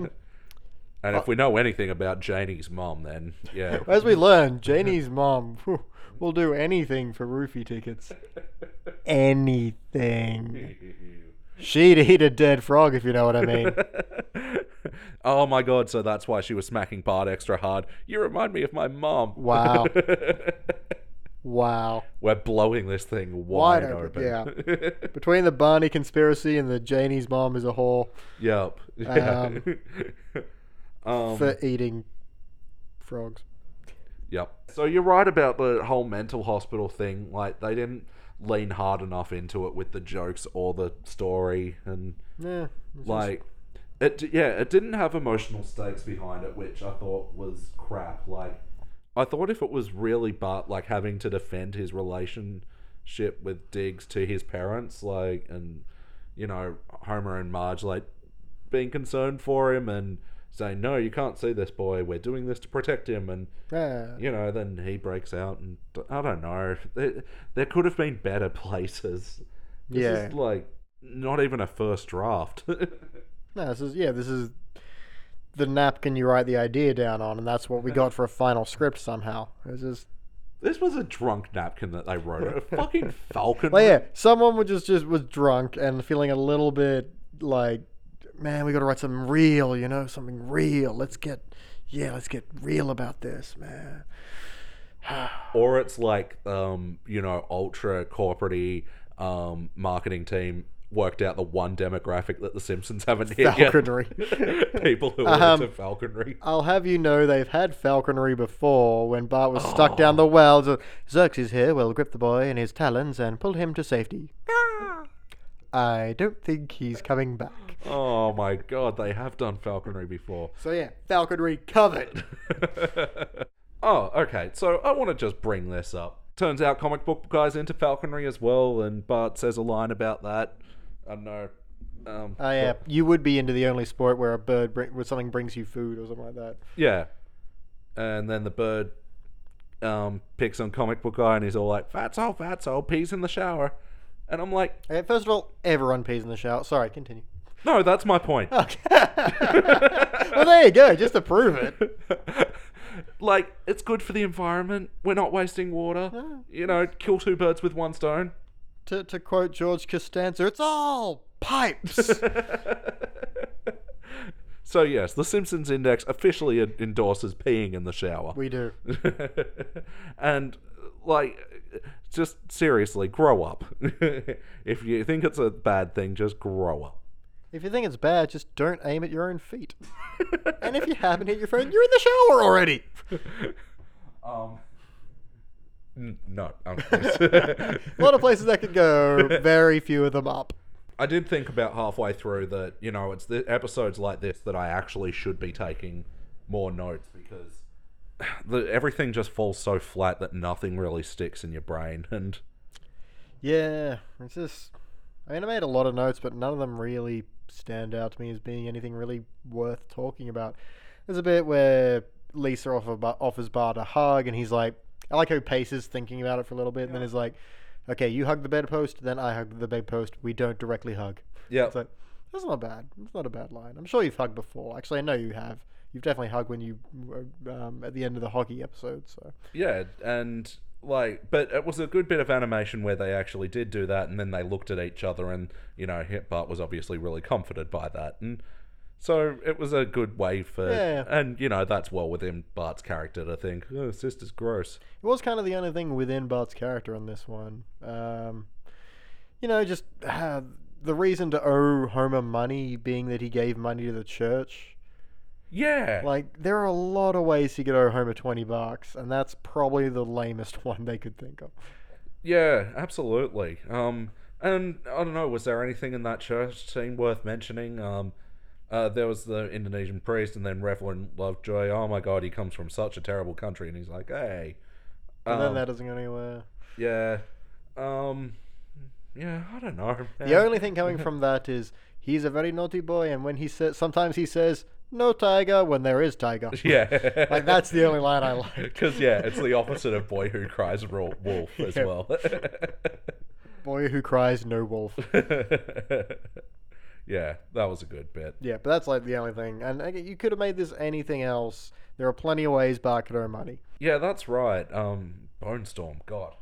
C: And if we know anything about Janie's mom, then yeah,
B: [laughs] as
C: [laughs]
B: we learn, Janie's mom whew, will do anything for roofie tickets.
C: [laughs]
B: Anything. She'd eat a dead frog if you know what I mean.
C: [laughs] oh my god! So that's why she was smacking Bart extra hard. You remind me of my mom.
B: Wow. Wow.
C: [laughs] We're blowing this thing wide,
B: Wide
C: open.
B: open,
C: [laughs]
B: Between the Barney conspiracy and the Janie's mom is a whore
C: Yeah. yep. Yeah. [laughs] um,
B: for eating frogs.
C: Yep. So you're right about the whole mental hospital thing. Like they didn't lean hard enough into it with the jokes or the story, and
B: Yeah.
C: like it. d- Yeah, it didn't have emotional stakes behind it, which I thought was crap. Like I thought if it was really Bart like having to defend his relationship with Diggs to his parents, like and you know Homer and Marge, like being concerned for him and saying no, you can't see this boy. We're doing this to protect him and
B: Yeah.
C: you know, then he breaks out, and I don't know. There, there could have been better [laughs] places. This
B: Yeah.
C: is like not even a first draft. [laughs]
B: No, this is yeah, this is the napkin you write the idea down on, and that's what we got for a final script somehow. It was just
C: this was a drunk napkin that they wrote. A
B: [laughs]
C: fucking falcon.
B: But yeah, someone was just, just was drunk and feeling a little bit like, man, we got to write something real, you know, something real. Let's get, yeah, let's get real about this, man.
C: Or it's like, um, you know, ultra corporate um, marketing team worked out the one demographic that the Simpsons haven't hit yet.
B: falconry.
C: [laughs] People who are
B: Um,
C: into falconry.
B: I'll have you know they've had falconry before when Bart was stuck down the well. So Xerxes here will grip the boy in his talons and pull him to safety. Ah. I don't think he's coming back.
C: Oh my god, they have done falconry before. [laughs]
B: So yeah, falconry covered.
C: oh, okay. So I want to just bring this up. Turns out comic book guys into falconry as well, and Bart says a line about that. I don't know. Um,
B: Oh yeah, you would be into the only sport where a bird bring, where something brings you food or something like that.
C: yeah. And then the bird um, picks on comic book guy, and he's all like, "Fatso, fatso, pees in the shower," and I'm like,
B: Okay, first of all, everyone pees in the shower. Sorry, continue.
C: "No, that's my point." [laughs]
B: Okay. [laughs] well, there you go, just to prove it.
C: like it's good for the environment. We're not wasting water. You know, kill two birds with one stone.
B: To, to quote George Costanza, it's all [laughs] pipes.
C: So yes, the Simpsons Index officially en- endorses peeing in the shower.
B: we do.
C: [laughs] and like just seriously, grow up. [laughs] if you think it's a bad thing, just grow up.
B: If you think it's bad, just don't aim at your own feet.
C: [laughs]
B: and if you haven't hit your phone, you're in the shower already. [laughs]
C: Um n- no, I'm
B: A lot of places that could go, very few of them up.
C: I did think about halfway through that you know it's the episodes like this that I actually should be taking more notes because [sighs] the, everything just falls so flat that nothing really sticks in your brain and
B: Yeah, it's just. I mean, I made a lot of notes, but none of them really stand out to me as being anything really worth talking about. There's a bit where Lisa offer, Ba- offers Bart a hug, and he's like, I like how he paces thinking about it for a little bit, and then is like, okay, you hug the bedpost, then I hug the bedpost. We don't directly hug.
C: yeah
B: It's like, that's not bad. That's not a bad line. I'm sure you've hugged before. Actually, I know you have. You've definitely hugged when you were um, at the end of the hockey episode, so.
C: yeah and like but it was a good bit of animation where they actually did do that and then they looked at each other and you know Hit Bart was obviously really comforted by that and so it was a good way for
B: Yeah.
C: and you know that's well within Bart's character to think oh sister's gross
B: It was kind of the only thing within Bart's character on this one. Um, you know, just uh, the reason to owe Homer money being that he gave money to the church.
C: yeah
B: Like, there are a lot of ways he could owe Homer 20 bucks, and that's probably the lamest [laughs] one they could think of.
C: Yeah, absolutely. Um, and I don't know, was there anything in that church scene worth mentioning? Um, uh, there was the Indonesian priest, and then Reverend Lovejoy. Oh my God, he comes from such a terrible country, and he's like, hey,
B: And then
C: Um,
B: that doesn't go anywhere.
C: yeah, um, yeah, I don't know.
B: The only thing coming from that is he's a very naughty boy, and when he says, sometimes he says, no tiger when there is tiger.
C: [laughs] [laughs] yeah,
B: [laughs]
C: [laughs]
B: like, that's the only line I like.
C: because yeah, it's the opposite of boy who cries ro- wolf as
B: Yeah.
C: well. [laughs]
B: Boy who cries, no wolf.
C: yeah, that was a good bit.
B: Yeah, but that's like the only thing. And uh, you could have made this anything else. There are plenty of ways Bart could earn money.
C: Yeah, that's right. Um, Bone Storm, God.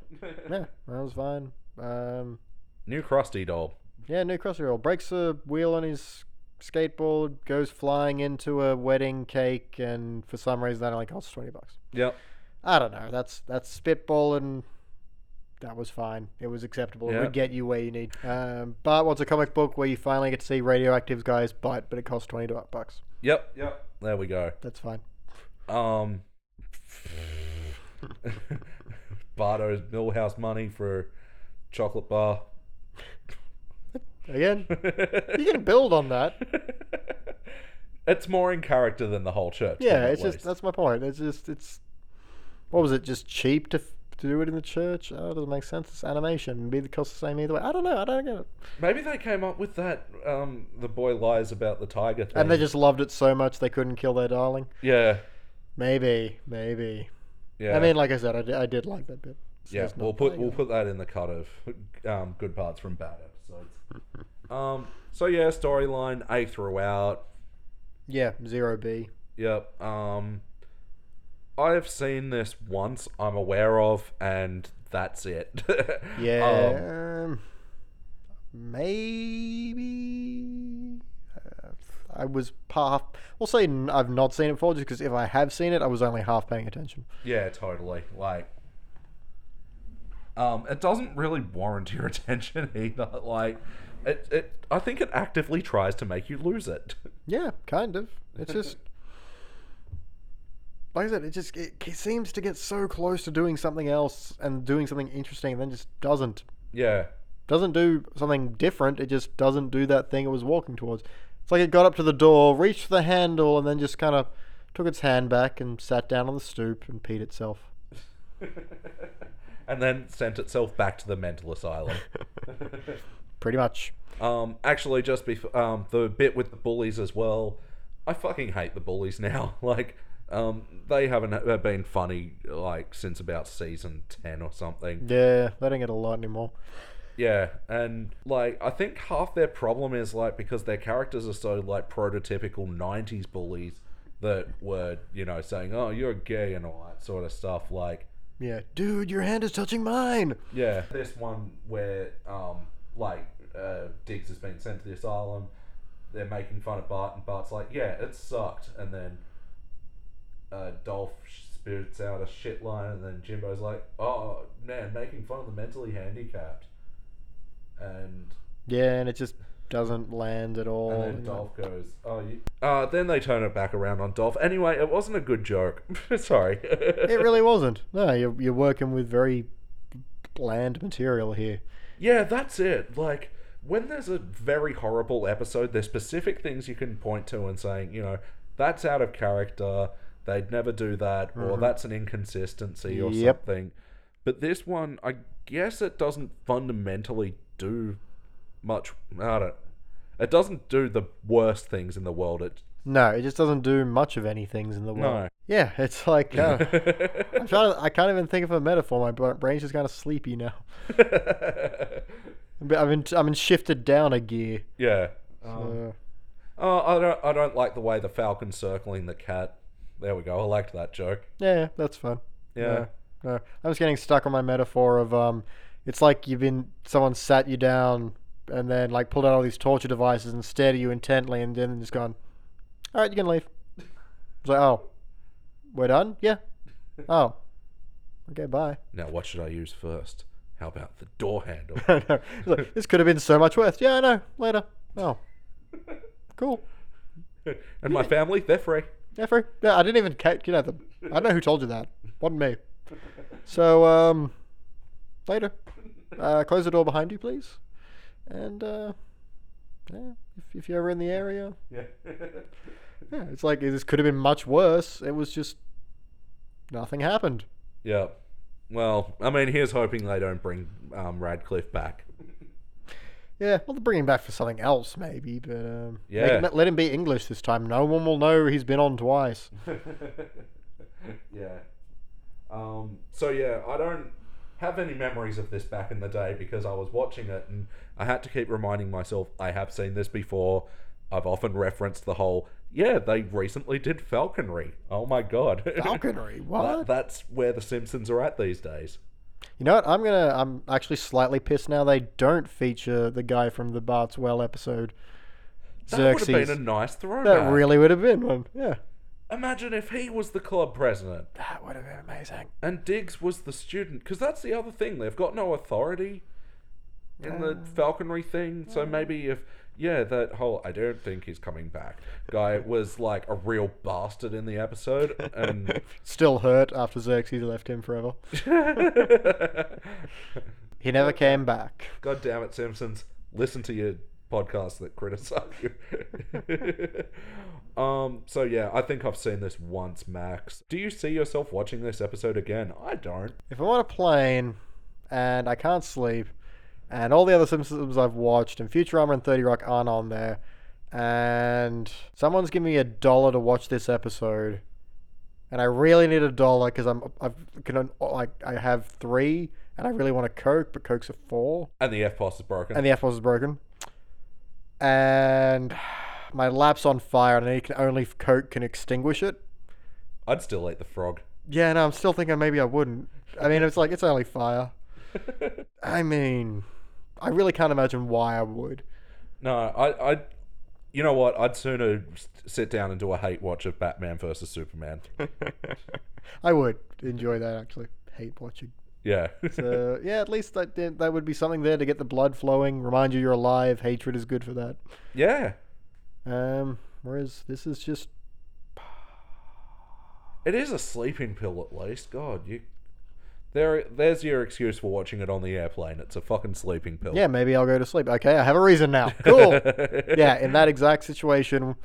B: Yeah, that was fine. Um,
C: New Krusty doll.
B: yeah, new crosser roll breaks a wheel on his skateboard, goes flying into a wedding cake, and for some reason that only costs twenty bucks.
C: Yep.
B: I don't know. That's that's spitball, and that was fine. It was acceptable. It
C: Yeah.
B: would get you where you need. Um, Bart wants a comic book where you finally get to see radioactive guys bite, but it costs twenty bucks.
C: Yep. Yep. There we go.
B: That's fine. [laughs]
C: Um, [laughs] Bardo's Millhouse money for chocolate
B: [laughs]
C: bar. [laughs]
B: Again, you can build on that.
C: [laughs] it's more in character than the whole church.
B: Yeah,
C: at
B: it's just
C: least.
B: that's my point. It's just it's what was it? Just cheap to, f- to do it in the church? Oh, it doesn't make sense. It's animation. Be the cost the same either way. I don't know. I don't get it.
C: maybe they came up with that. Um, the boy lies about the tiger thing.
B: And they just loved it so much they couldn't kill their darling.
C: yeah,
B: Maybe, maybe.
C: yeah.
B: I mean, like I said, I did, I did like that bit. So
C: Yeah,
B: it's not
C: we'll put
B: bad.
C: we'll put that in the cut of um, good parts from bad
B: [laughs]
C: episodes. um, so yeah, storyline A throughout.
B: yeah zero B.
C: Yep. Um, I've seen this once. I'm aware of, and that's it. [laughs] Um,
B: Yeah, um, maybe. Uh, I was half. We'll say n- I've not seen it before, just because if I have seen it, I was only half paying attention.
C: yeah. Totally. Like. [laughs] Um, it doesn't really warrant your attention either. Like, It, it, I think it actively tries to make you lose it. [laughs]
B: Yeah, kind of. It's just [laughs] like I said, it just it, it seems to get so close to doing something else and doing something interesting, and then just doesn't
C: Yeah.
B: doesn't do something different. It just doesn't do that thing it was walking towards. It's like it got up to the door, reached for the handle, and then just kind of took its hand back and sat down on the stoop and peed itself.
C: [laughs] and then sent itself back to the mental asylum.
B: Pretty much.
C: um, actually, just bef- um, the bit with the bullies as well. I fucking hate the bullies now. [laughs] Like, um, they haven't uh, been funny like since about season ten or something.
B: Yeah, they don't get a lot anymore.
C: Yeah, and like I think half their problem is like because their characters are so like prototypical '90s bullies that were you know saying, "Oh, you're gay" and all that sort of stuff. Like,
B: Yeah, dude, your hand is touching mine.
C: yeah, this one where um like uh, Diggs has been sent to the asylum. They're making fun of Bart, and Bart's like, "Yeah, it sucked," and then uh, Dolph spits out a shit line, and then Jimbo's like, "Oh man, making fun of the mentally handicapped," and
B: Yeah, and it just doesn't land at all.
C: And then Dolph goes, "Oh, you... uh, Then they turn it back around on Dolph. Anyway, it wasn't a good joke. [laughs] Sorry.
B: [laughs]
C: [laughs]
B: It really wasn't. No, you're, you're working with very bland material here.
C: yeah, that's it. Like when there's a very horrible episode, there's specific things you can point to and saying, you know, that's out of character. They'd never do that, or that's an inconsistency or
B: Yep.
C: something. But this one, I guess it doesn't fundamentally do much. I don't. It doesn't do the worst things in the world. It
B: No, it just doesn't do much of anything in the world.
C: No.
B: Yeah, it's
C: [laughs]
B: like uh, I'm trying to, I can't even think of a metaphor. My bra- brain's just kind of sleepy now. But I've been I've been shifted down a gear.
C: [laughs] yeah.
B: so-
C: Oh, I don't. I don't like the way the falcon circling the cat. There we go. I liked that joke.
B: yeah, that's fun.
C: Yeah.
B: No, I was getting stuck on my metaphor of um, it's like you've been someone sat you down and then like pulled out all these torture devices and stared at you intently and then just gone, all right, you can leave. It's like, oh, we're done. Yeah. Oh, okay, bye. [laughs]
C: Now, what should I use first? How about the door handle? [laughs]
B: I know. It's like, this could have been so much worse. Yeah, I know. Later. Oh, cool.
C: and my family, they're free.
B: Yeah, free. Yeah, I didn't even catch. You know, the, I don't know who told you that. Wasn't me. So, um, later. Uh, close the door behind you, please. And uh, yeah, if, if you're ever in the area,
C: Yeah.
B: [laughs] yeah, it's like this could have been much worse. It was just nothing happened.
C: yeah. Well, I mean, here's hoping they don't bring um, Radcliffe back.
B: Yeah, well, they'll bring him back for something else, maybe. But um, make
C: Yeah.
B: him- let him be English this time. No one will know he's been on twice.
C: [laughs] yeah. Um, so yeah, I don't have any memories of this back in the day because I was watching it and I had to keep reminding myself I have seen this before. I've often referenced the whole yeah they recently did falconry. Oh my god, [laughs] [laughs]
B: Falconry,
C: That,
B: what?
C: that's where the Simpsons are at these days.
B: You know what? I'm gonna. I'm actually slightly pissed now. They don't feature the guy from the Bart's Well episode,
C: That would
B: Xerxes.
C: have been a nice throwback.
B: that really would have been one. Yeah,
C: Imagine if he was the club president
B: that would have been amazing.
C: and Diggs was the student, because that's the other thing. They've got no authority in the falconry thing. So maybe if yeah, that whole I don't think he's coming back guy was like a real bastard in the episode, and [laughs]
B: Still hurt after Xerxes left him forever. He never came back.
C: God damn it, Simpsons, listen to your podcasts that criticize you. [laughs] um. So yeah, I think I've seen this once, Max. Do you see yourself watching this episode again? I don't.
B: If I'm on a plane and I can't sleep, and all the other Simpsons I've watched and Futurama and Thirty Rock aren't on there, and someone's giving me a dollar to watch this episode, and I really need a dollar because I'm I've can like I have three and I really want a Coke, but Cokes are four,
C: And the F post is broken.
B: and the F was broken, and my lap's on fire, and I need- only Coke can extinguish it.
C: I'd still eat the frog.
B: Yeah, no, I'm still thinking maybe I wouldn't. I mean, it's like it's only fire. I mean, I really can't imagine why I would.
C: [laughs] No, I, I, you know what? I'd sooner s- sit down and do a hate watch of Batman versus Superman.
B: I would enjoy that actually. Hate watching.
C: Yeah.
B: So yeah, at least that did- that would be something there to get the blood flowing, remind you you're alive. Hatred is good for that.
C: [laughs] yeah.
B: Um, whereas this is just
C: It is a sleeping pill, at least. God, you. There, there's your excuse for watching it on the airplane. It's a fucking sleeping pill. [laughs]
B: yeah, maybe I'll go to sleep. Okay, I have a reason now. Cool. yeah, in that exact situation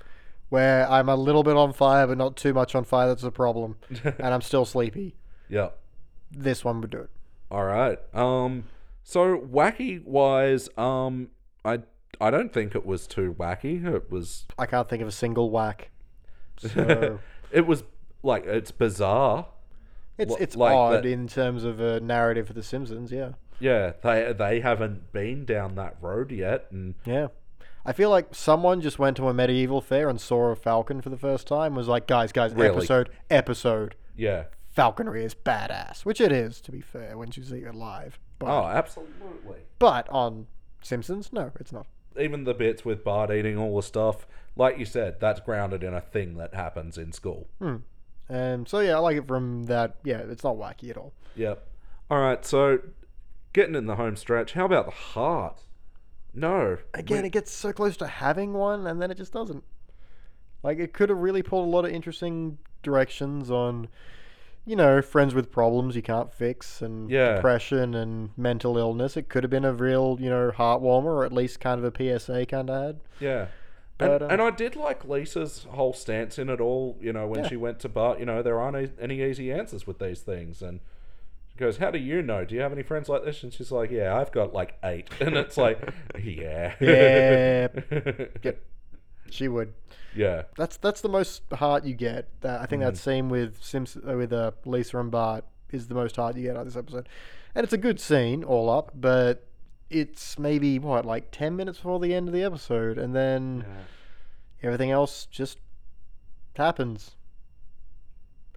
B: where I'm a little bit on fire but not too much on fire, that's a problem, and I'm still sleepy.
C: yeah.
B: This one would do it.
C: All right. Um. So wacky wise, um, I I don't think it was too wacky. It was
B: I can't think of a single whack. So
C: [laughs] it was like it's bizarre.
B: it's
C: Wha-
B: it's
C: like
B: odd
C: that-
B: in terms of a narrative for The Simpsons. Yeah,
C: Yeah, they they haven't been down that road yet, and
B: yeah. I feel like someone just went to a medieval fair and saw a falcon for the first time. Was like, guys, guys,
C: Really?
B: episode, episode.
C: yeah.
B: Falconry is badass, which it is to be fair when you see it live. But,
C: Oh, absolutely.
B: but on Simpsons, no, it's not.
C: Even the bits with Bart eating all the stuff, like you said, that's grounded in a thing that happens in school.
B: Um, so yeah, I like it from that. Yeah, it's not wacky at all.
C: Yep. All right. So, getting in the home stretch. How about the heart? No.
B: Again, it gets so close to having one, and then it just doesn't. Like it could have really pulled a lot of interesting directions on, you know, friends with problems you can't fix, and
C: Yeah.
B: depression and mental illness. It could have been a real, you know, heart warmer, or at least kind of a PSA kind of ad.
C: Yeah.
B: But,
C: And,
B: uh,
C: and I did like Lisa's whole stance in it all. You know, when
B: Yeah.
C: she went to Bart, you know, there aren't a- any easy answers with these things. And she goes, How do you know? Do you have any friends like this? And she's like, Yeah, I've got like eight. And it's
B: [laughs]
C: like, Yeah.
B: Yeah. Yep. She would.
C: [laughs] yeah.
B: That's that's the most heart you get. That, I think
C: Mm.
B: that scene with Simps- uh with uh, Lisa and Bart is the most heart you get out of this episode, and it's a good scene all up. But it's maybe what like ten minutes before the end of the episode, and then everything else just happens,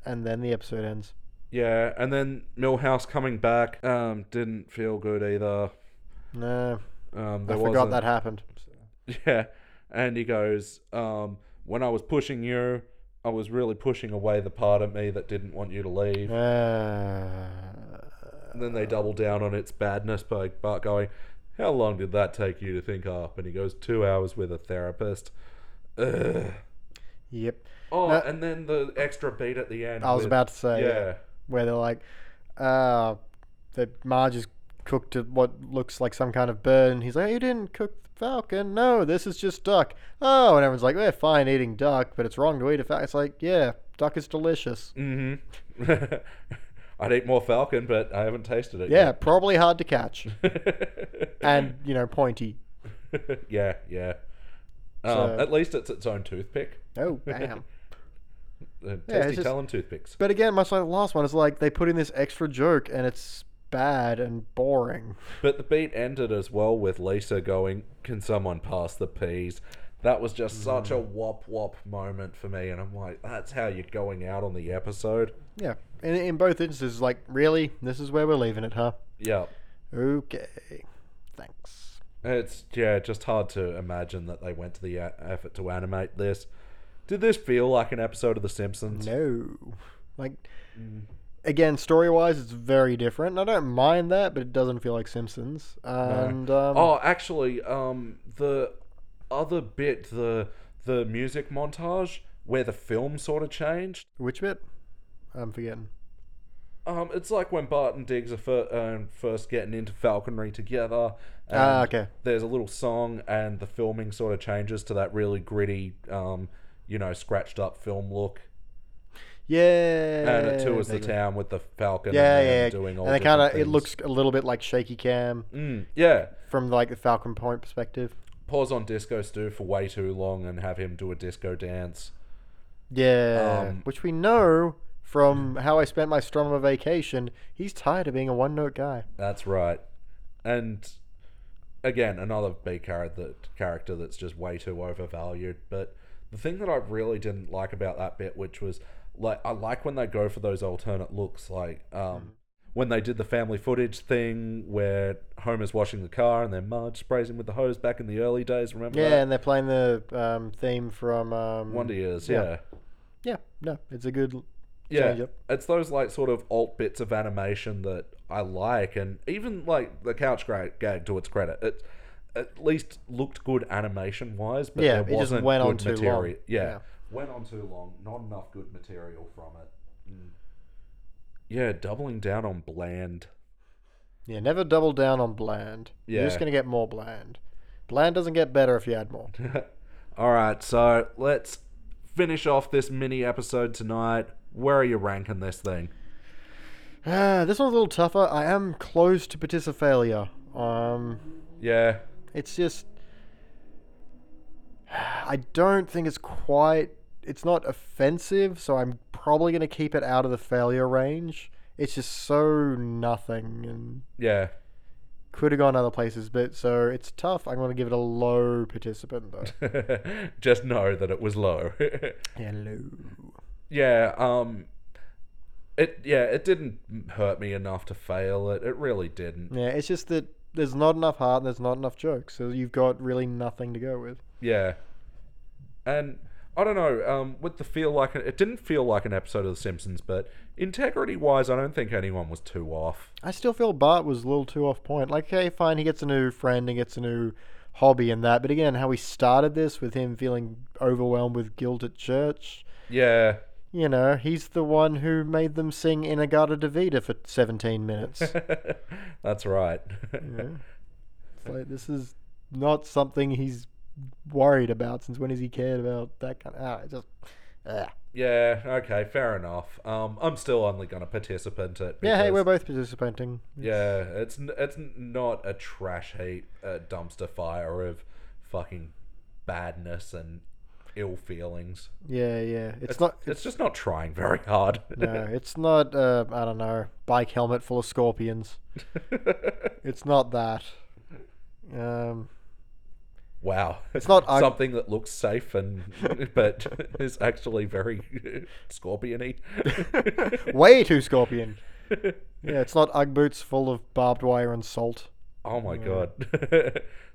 B: and then the episode ends.
C: Yeah. And then Millhouse coming back um, didn't feel good either.
B: No,
C: Um,
B: I
C: there
B: forgot
C: wasn't- [laughs]
B: that happened.
C: Yeah. And he goes, um, When I was pushing you, I was really pushing away the part of me that didn't want you to leave.
B: Uh,
C: And then they double down on its badness by Bart going, How long did that take you to think up? And he goes, Two hours with a therapist. Ugh.
B: yep,
C: Oh,
B: No.
C: and then the extra beat at the end.
B: I was
C: with-
B: about to say.
C: Yeah.
B: where they're like, uh, that Marge is cooked at what looks like some kind of bird, and he's like, you didn't cook the falcon. No, this is just duck. Oh, and everyone's like, we're fine eating duck, but it's wrong to eat a falcon. It's like, yeah, duck is delicious.
C: Mm hmm. [laughs] I'd eat more falcon, but I haven't tasted it
B: Yeah, probably hard to catch,
C: yet. [laughs]
B: and you know, pointy.
C: yeah, yeah. Um,
B: So-
C: At least it's its own toothpick.
B: Oh, bam.
C: Uh, tasty
B: it's just-
C: talon toothpicks.
B: but again, much like the last one, it's like they put in this extra joke, and it's bad and boring.
C: But the beat ended as well with Lisa going, Can someone pass the peas? That was just such a wop wop moment for me. And I'm like, That's how you're going out on the episode?
B: Yeah, in, in both instances, like, really, this is where we're leaving it, huh?
C: Yeah.
B: Okay, thanks.
C: It's, yeah, just hard to imagine that they went to the a- effort to animate this. Did this feel like an episode of The Simpsons?
B: No. Like,
C: Mm.
B: again, story wise, it's very different. And I don't mind that, but it doesn't feel like Simpsons. And, um,
C: Oh, actually, um, the other bit, the the music montage where the film sort of changed.
B: which bit? I'm forgetting.
C: Um, it's like when Bart and Diggs are fir- um, first getting into falconry together. and
B: Ah, okay.
C: There's a little song, and the filming sort of changes to that really gritty, um, you know, scratched up film look.
B: Yeah.
C: And it tours the
B: vaguely.
C: town with the falcon.
B: Yeah,
C: and them
B: yeah.
C: Doing all
B: and they kind of,
C: different
B: it looks a little bit like shaky cam
C: things. Mm, yeah.
B: from like the Falcon Point perspective.
C: Pause on Disco Stu for way too long and have him do a disco dance.
B: Yeah.
C: Um,
B: which we know from how I spent my summer vacation. He's tired of being a one note guy.
C: That's right. And again, another B character character that's just way too overvalued. But the thing that I really didn't like about that bit, which was like I like when they go for those alternate looks, like um
B: Mm-hmm.
C: when they did the family footage thing where Homer's washing the car and then Marge sprays him with the hose back in the early days, remember
B: Yeah,
C: that?
B: and they're playing the um, theme from um,
C: Wonder Years,
B: Yeah.
C: yeah.
B: Yeah, no, it's a good
C: Yeah,
B: Yep.
C: it's those like sort of alt bits of animation that I like, and even like the couch gra- gag to its credit, it at least looked good animation wise, but
B: Yeah,
C: there
B: it just
C: wasn't
B: went
C: good
B: on too long.
C: material. Yeah.
B: Yeah.
C: went on too long. Not enough good material from it. Mm. Yeah, doubling down on bland. [laughs]
B: Yeah, never double down on bland. You're
C: Yeah.
B: just going to get more bland. Bland doesn't get better if you add more. [sighs]
C: All right, so let's finish off this mini episode tonight. Where are you ranking this thing?
B: Ah, this one's a little tougher. I am close to Patisophalia. Um,
C: Yeah,
B: it's just. [sighs] I don't think it's quite. It's not offensive, so I'm probably going to keep it out of the failure range. It's just so nothing and
C: yeah. [laughs]
B: could have gone other places, but so it's tough. I'm going to give it a low participant, though.
C: Just know that it was low. [laughs]
B: Hello.
C: yeah, um it yeah, it didn't hurt me enough to fail it. It really didn't.
B: Yeah, it's just that there's not enough heart and there's not enough jokes, so you've got really nothing to go with.
C: Yeah. And I don't know, um with the feel like it didn't feel like an episode of the Simpsons, but integrity-wise, I don't think anyone was too off.
B: I still feel Bart was a little too off point. Like, okay, fine, he gets a new friend and gets a new hobby and that, but again, how we started this with him feeling overwhelmed with guilt at church.
C: Yeah. [laughs]
B: You know, he's the one who made them sing Inagata Davida for 17 minutes. it's
C: That's right.
B: like, this is not something he's worried about since when has he cared about that kind of. Ah, it just. ah.
C: [laughs] yeah, okay, fair enough. Um I'm still only going to participant it
B: Yeah, hey,
C: because-
B: we're both participating.
C: Yeah, it's n- it's n- not a trash heap, a dumpster fire of fucking badness and ill feelings.
B: Yeah, yeah. It's, not.
C: It's, just not trying very hard.
B: No, it's not. Uh, I don't know. Bike helmet full of scorpions. It's not that. Um,
C: [laughs] wow,
B: It's not un-
C: something that looks safe and but is actually very
B: [laughs]
C: scorpiony.
B: way too scorpion. Yeah, it's not UGG boots full of barbed wire and salt.
C: oh my god, [laughs]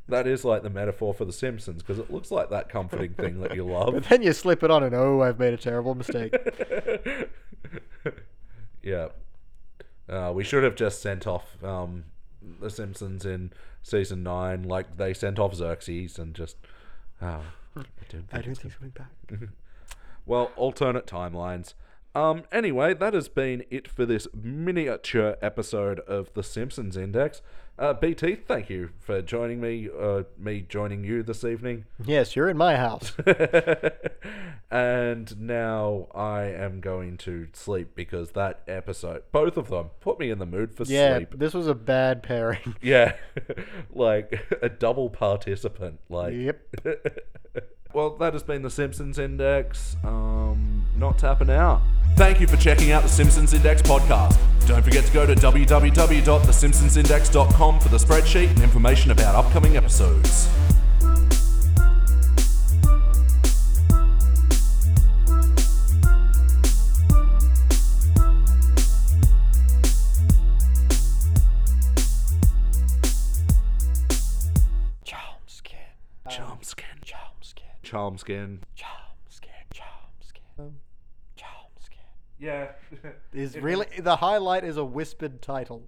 C: that is like the metaphor for The Simpsons because it looks like that comforting thing that you love.
B: But then you slip it on and oh, I've made a terrible mistake.
C: yeah. Uh, we should have just sent off um, The Simpsons in season nine, like they sent off Xerxes and just.
B: [laughs]
C: Uh, I don't think.
B: I don't think it's coming back.
C: Well, alternate timelines. Um, anyway, that has been it for this miniature episode of The Simpsons Index. Uh, BT, thank you for joining me, uh, me joining you this evening. [laughs]
B: Yes, you're in my house.
C: and now I am going to sleep because that episode, both of them, put me in the mood for
B: Yeah,
C: sleep.
B: this was a bad pairing.
C: Yeah, [laughs] like [laughs] a double participant. Like,
B: yep.
C: [laughs] well, that has been the Simpsons Index. Um, not tapping out.
A: Thank you for checking out the Simpsons Index podcast. Don't forget to go to www.thesimpsonsindex.com for the spreadsheet and information about upcoming episodes.
B: Charmskin.
C: Charm skin.
B: Charmskin.
C: Charm skin.
B: Charmskin. Charmskin. Um, Charmskin.
C: Yeah. [laughs]
B: Is really the highlight is a whispered title.